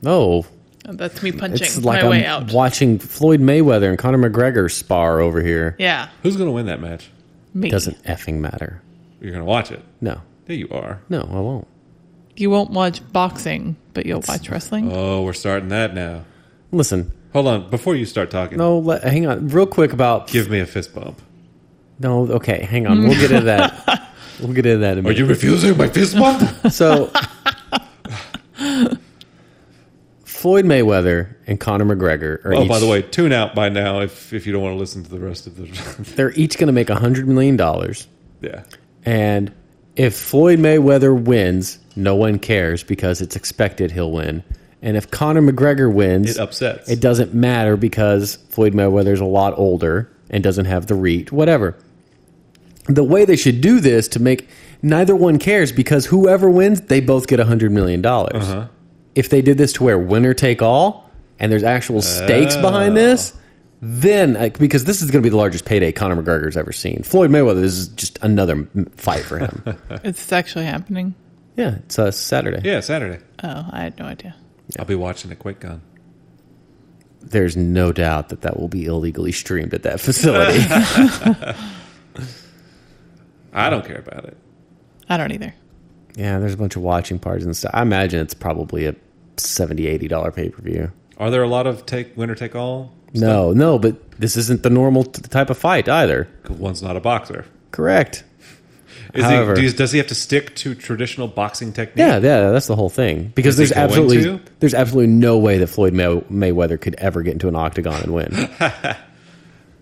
B: "Oh,
C: That's me
B: it's
C: punching
B: like
C: my way
B: I'm
C: out.
B: watching Floyd Mayweather and Conor McGregor spar over here."
C: Yeah,
A: Who's going to win that match?
C: me.
B: Doesn't effing matter.
A: You're going to watch it.
B: No,
A: There you are.
B: no, I won't.
C: You won't watch boxing, but you'll watch wrestling.
A: Oh, we're starting that now.
B: Listen,
A: Hold on, before you start talking,
B: no, let, hang on, real quick about
A: give me a fist bump.
B: no. Okay, hang on, we'll get into that. We'll get into that. In a
A: Are
B: minute.
A: you refusing my fist bump?
B: So Floyd Mayweather and Conor McGregor are
A: Oh,
B: each,
A: by the way, tune out by now if, if you don't want to listen to the rest of the.
B: they're each going to make $100 million.
A: yeah.
B: And if Floyd Mayweather wins, no one cares because it's expected he'll win. And if Conor McGregor wins,
A: It upsets.
B: it doesn't matter because Floyd Mayweather's a lot older and doesn't have the reach, whatever. The way they should do this to make neither one cares because whoever wins, they both get $100 million. If they did this to where winner take all and there's actual stakes behind this, then like, because this is going to be the largest payday Conor McGregor's ever seen. Floyd Mayweather this is just another m- fight for him.
C: It's actually happening.
B: yeah, it's uh, Saturday.
A: Yeah, Saturday.
C: Oh, I had no idea.
A: I'll be watching it quick gun.
B: There's no doubt that that will be illegally streamed at that facility.
A: I don't care about it.
C: I don't either.
B: Yeah, there's a bunch of watching parties and stuff. I imagine it's probably a 70 dollar pay per view.
A: Are there a lot of take winner take all?
B: No, no, but this isn't the normal t- type of fight either.
A: 'Cause One's not a boxer.
B: Correct.
A: Is
B: However-
A: he, does, does he have to stick to traditional boxing technique?
B: Yeah, yeah, that's the whole thing. Because
A: Is
B: there's
A: he going
B: absolutely
A: to?
B: there's absolutely no way that Floyd May- Mayweather could ever get into an octagon and win.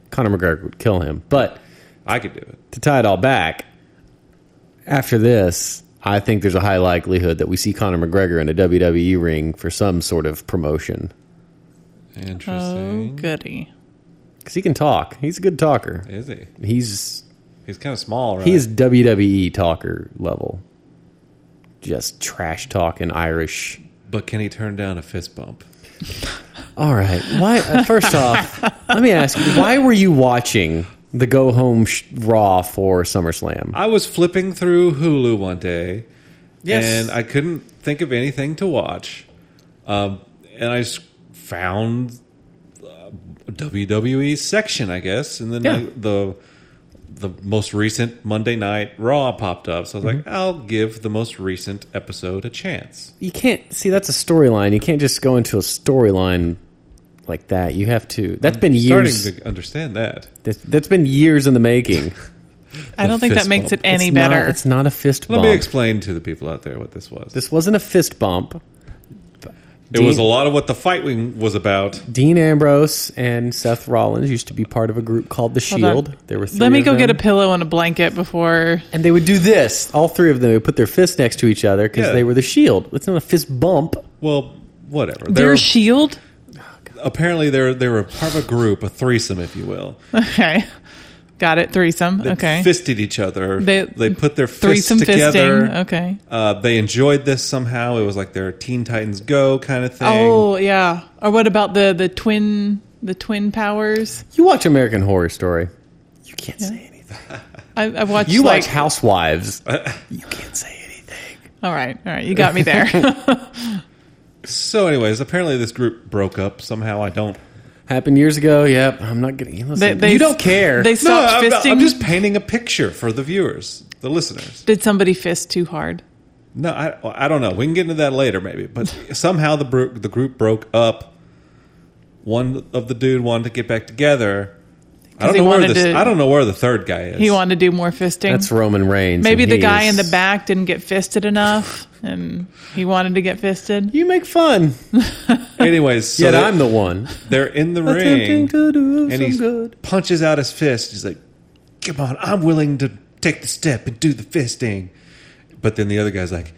B: Conor McGregor would kill him. But
A: I could do it.
B: to tie it all back, after this, I think there's a high likelihood that we see Conor McGregor in a WWE ring for some sort of promotion.
C: Oh,
A: Interesting.
C: goody.
B: Because he can talk. He's a good talker.
A: Is he?
B: He's
A: He's kind of small, right?
B: he is WWE talker level. Just trash talking Irish.
A: But can he turn down a fist bump?
B: All right. Why? uh, First off, let me ask: Why were you watching the Go Home sh- Raw for SummerSlam?
A: I was flipping through Hulu one day,
B: Yes.
A: and I couldn't think of anything to watch, um, and I s- found uh, WWE section, I guess, and then
B: Yeah.
A: I- the the most recent Monday Night Raw popped up, so I was
B: Mm-hmm.
A: like, I'll give the most recent episode a chance.
B: You can't see that's a storyline. You can't just go into a storyline like that. You have to. That's been years.
A: Starting to understand that.
B: that's- that's been years in the making.
C: I don't think
A: fist
C: that makes
A: bump.
C: it any
B: It's not-
C: better.
B: it's not a fist
A: Let
B: bump.
A: me explain to the people out there what this was.
B: this wasn't a fist bump.
A: it was a lot of what the fight wing was about.
B: Dean Ambrose and Seth Rollins used to be part of a group called the
C: Hold on.
B: Shield. There were three
C: Let me
B: of
C: go get a
B: them.
C: pillow and a blanket before.
B: and they would do this. All three of them would put their fists next to each other because
A: Yeah.
B: they were the Shield. It's not a fist bump.
A: Well, whatever.
C: Their
A: There-
C: shield?
A: apparently they're they were part of a group, a threesome, if you will.
C: Okay. Got it. Threesome.
A: They
C: okay.
A: fisted each other.
C: They-
A: They, put their fists
C: Threesome
A: together.
C: fisting. Okay.
A: Uh, they enjoyed this somehow. It was like their Teen Titans Go kind of thing.
C: Oh yeah. Or what about the the twin the twin powers?
B: You watch American Horror Story. You can't say anything.
C: I, I've watched.
B: You
C: like,
B: watch Housewives. you can't say anything.
C: All right, all right. You got me there.
A: So, anyways, apparently this group broke up somehow. I don't.
B: Happened years ago. Yep. I'm not getting. Listen,
C: They- they-
B: you don't care.
C: they
A: No,
C: stopped
A: I'm,
C: fisting.
A: I'm just painting a picture for the viewers, the listeners.
C: Did somebody fist too hard?
A: No, I, I don't know. We can get into that later, maybe. But somehow the bro- the group broke up. One of the dude wanted to get back together. I don't
C: he
A: know where
C: wanted
A: this.
C: to-
A: I don't know where the third guy is.
C: He wanted to do more fisting.
B: That's Roman Reigns.
C: Maybe
B: and
C: the
B: he
C: guy in
B: is-
C: the back didn't get fisted enough, and he wanted to get fisted.
B: You make fun.
A: Anyways, so
B: Yet
A: they-
B: I'm the one.
A: They're in the
B: Attempting
A: ring,
B: to do
A: and he
B: some good.
A: punches out his fist. He's like, "Come on, I'm willing to take the step and do the fisting." But then the other guy's like,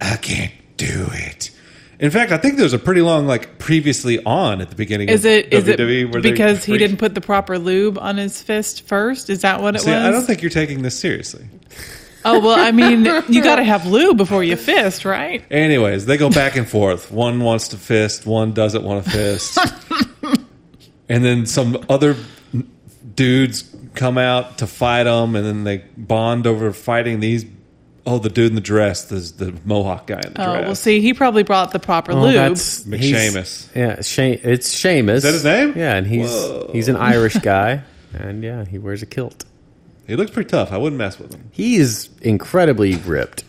A: "I can't do it." In fact, I think there's a pretty long like previously on at the beginning.
C: Is
A: of
C: it is
A: WWE E, where
C: it
A: they
C: because he
A: freak-
C: didn't put the proper lube on his fist first? Is that what it
A: See,
C: was?
A: I don't think you're taking this seriously.
C: oh well, I mean, you got to have lube before you fist, right?
A: Anyways, they go back and forth. One wants to fist, one doesn't want to fist. and then some other dudes come out to fight them, and then they bond over fighting these. Oh, the dude in the dress, the, the mohawk guy in the
C: Oh
A: dress.
C: well, see, he probably brought the proper
B: Oh,
C: lube.
B: that's he's-
A: McShamus.
B: Yeah, Sha- it's Seamus. Is
A: that his name?
B: Yeah, and he's
A: Whoa.
B: he's an Irish guy, and yeah, he wears a kilt.
A: He looks pretty tough. I wouldn't mess with him.
B: He is incredibly ripped,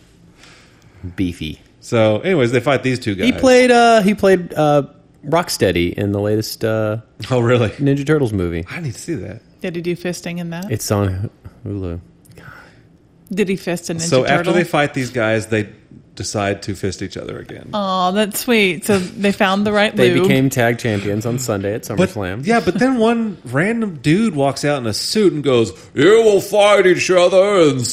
B: beefy.
A: So, anyways, they fight these two guys.
B: He played uh he played uh Rocksteady in the latest uh
A: Oh, really?
B: Ninja Turtles movie.
A: I need to see that.
C: Did he do fisting in that?
B: It's on Hulu.
C: Did he fist a Ninja
A: so after
C: Turtle?
A: they fight these guys, they decide to fist each other again.
C: Oh, that's sweet. So they found the right
B: They
C: lube.
B: became tag champions on Sunday at
A: but
B: SummerSlam.
A: yeah, but then one random dude walks out in a suit and goes, "You will fight each other in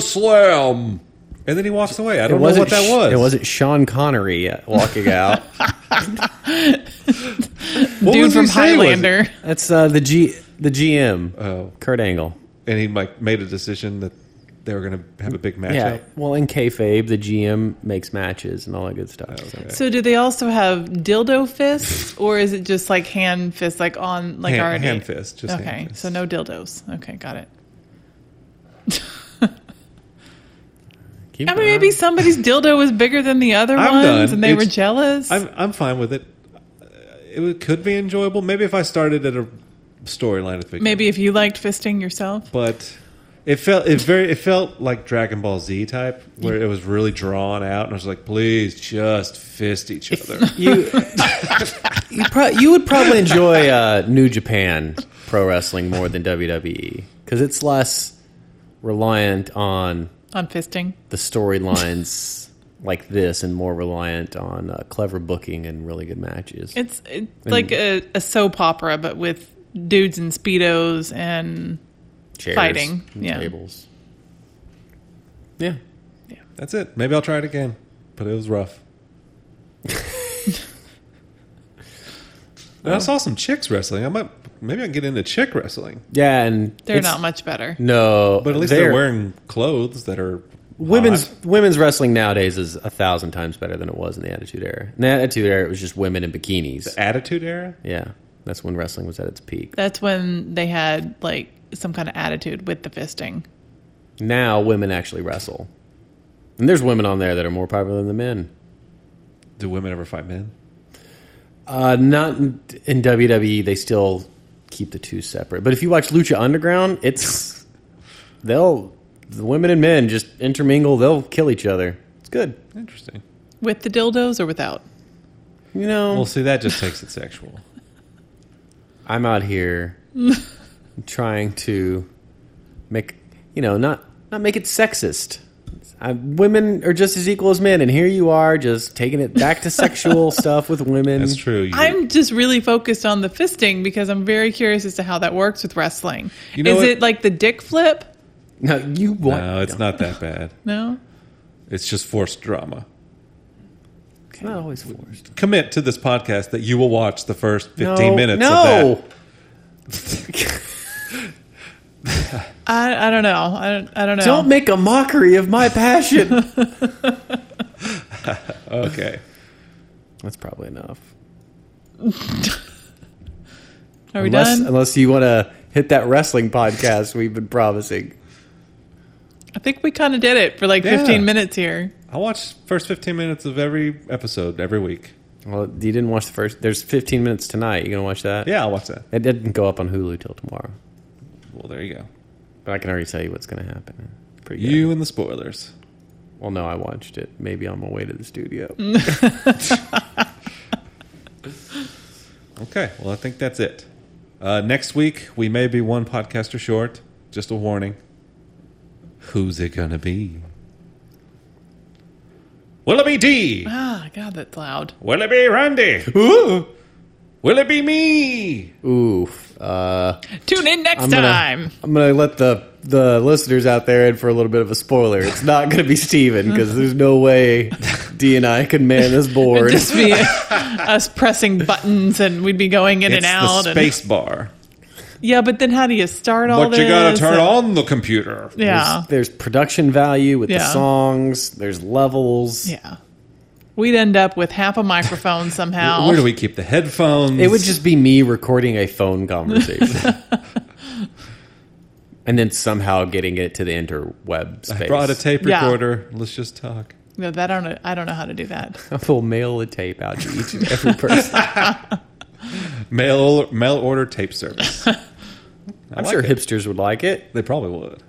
A: SummerSlam," and then he walks away. I
B: It
A: don't know
B: wasn't
A: what that
B: Sh-
A: was.
B: It wasn't Sean Connery uh, walking out.
A: What
C: dude
A: was he saying?
C: from
A: Was it-
C: Highlander.
B: That's uh, the G the GM.
A: Oh.
B: Kurt Angle.
A: and he like made a decision that they were going to have a big matchup.
B: Yeah. Well, in kayfabe, the GM makes matches and all that good stuff. So-
C: So do they also have dildo fists, or is it just like hand fists, like on like
A: Hand-
C: already
A: hand fist, just
C: okay,
A: hand fist.
C: so no dildos. Okay, got it.
B: Keep
C: I mean,
B: it
C: maybe
B: on.
C: somebody's dildo was bigger than the other
A: I'm
C: ones,
A: done.
C: and they
A: It's-
C: were jealous.
A: I'm I'm fine with it. Uh, It w- could be enjoyable. Maybe if I started at a storyline at the beginning.
C: maybe if you liked fisting yourself,
A: but it felt it very it felt like Dragon Ball Z type where it was really drawn out, and I was like, please just fist each other.
B: you. you, pro- you would probably enjoy uh, New Japan pro wrestling more than WWE because it's less reliant on
C: on fisting.
B: the storylines like this and more reliant on uh, clever booking and really good matches.
C: It's, it's like a, a soap opera, but with dudes in speedos and
B: Chairs
C: fighting,
B: and
C: yeah.
B: Tables. Yeah.
A: That's it. Maybe I'll try it again, but it was rough. And I saw some chicks wrestling. I might maybe I can get into chick wrestling,
B: Yeah, and
C: they're
B: it's-
C: not much better.
B: No,
A: but at least they're, wearing clothes that are
B: women's
A: hot.
B: women's wrestling nowadays is a thousand times better than it was in the Attitude Era. In the Attitude Era, it was just women in bikinis.
A: attitude era.
B: Yeah, that's when wrestling was at its peak.
C: That's when they had like some kind of attitude with the fisting.
B: Now women actually wrestle, and there's women on there that are more popular than the men.
A: Do women ever fight men?
B: Uh, not in, in WWE. They still keep the two separate. But if you watch Lucha Underground, it's they'll the women and men just intermingle. They'll kill each other. It's good.
A: Interesting.
C: With the dildos or without?
B: You know,
A: Well, see, that just takes it sexual.
B: I'm out here trying to make you know not not make it sexist. I, women are just as equal as men, and here you are just taking it back to sexual stuff with women.
A: That's true. You-
C: I'm just really focused on the fisting because I'm very curious as to how that works with wrestling.
A: You know
C: Is
A: what?
C: it like the dick flip?
B: No, you want
A: no, it's not that bad.
C: No.
A: It's just forced drama.
B: It's not always forced.
A: Commit to this podcast that you will watch the first 15
B: no,
A: minutes
B: No,
A: of that.
C: I, I don't know. I don't, I don't know.
B: don't make a mockery of my passion.
A: Okay.
B: That's probably enough.
C: Are we
B: unless,
C: done?
B: unless you want to hit that wrestling podcast we've been promising.
C: I think we kind of did it for like
A: Yeah.
C: 15 minutes here.
A: I watch first 15 minutes of every episode every week.
B: Well, you didn't watch the first. There's 15 minutes tonight. You gonna watch that?
A: Yeah, I'll watch that.
B: It didn't go up on Hulu till tomorrow,
A: Well, there you go.
B: but I can already tell you what's going to happen. Pretty good.
A: You and the spoilers.
B: Well, no, I watched it. Maybe on my way to the studio.
C: Mm-hmm.
A: Okay. Well, I think that's it. Uh, next week, we may be one podcaster short. Just a warning. Who's it going to be? Will it be D?
C: Ah, God, that's loud.
A: Will it be Randy? Will it be me?
B: Oof. Uh,
C: Tune in next
B: I'm gonna,
C: time.
B: I'm gonna let the the listeners out there in for a little bit of a spoiler. It's not gonna be Steven because there's no way D and I can man this board.
C: Just be us pressing buttons and we'd be going in and
A: it's
C: out.
A: the
C: and-
A: space bar.
C: yeah, but then how do you start all
A: but
C: this? uh,
A: you gotta turn
C: And-
A: on the computer.
C: Yeah.
B: There's production value with the
C: Yeah.
B: songs. There's levels.
C: Yeah. We'd end up with half a microphone somehow.
A: Where do we keep the headphones?
B: It would just be me recording a phone conversation. and then somehow getting it to the interweb space.
A: I brought a tape
C: Yeah.
A: recorder. Let's just talk.
C: no, that I don't, I don't know how to do that.
B: We'll mail the tape out to each and every person.
A: Mail mail order tape service.
B: I'm sure
A: it.
B: hipsters would like it.
A: They probably would.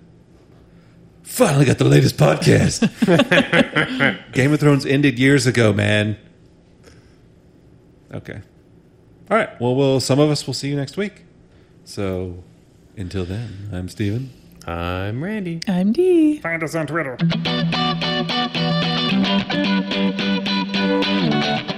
A: Finally got the latest podcast. Game of Thrones ended years ago, man. Okay. All right. Well, well, some of us will see you next week. So, until then, I'm Steven.
B: I'm Randy.
C: I'm Dee.
E: Find us on Twitter. Thank you.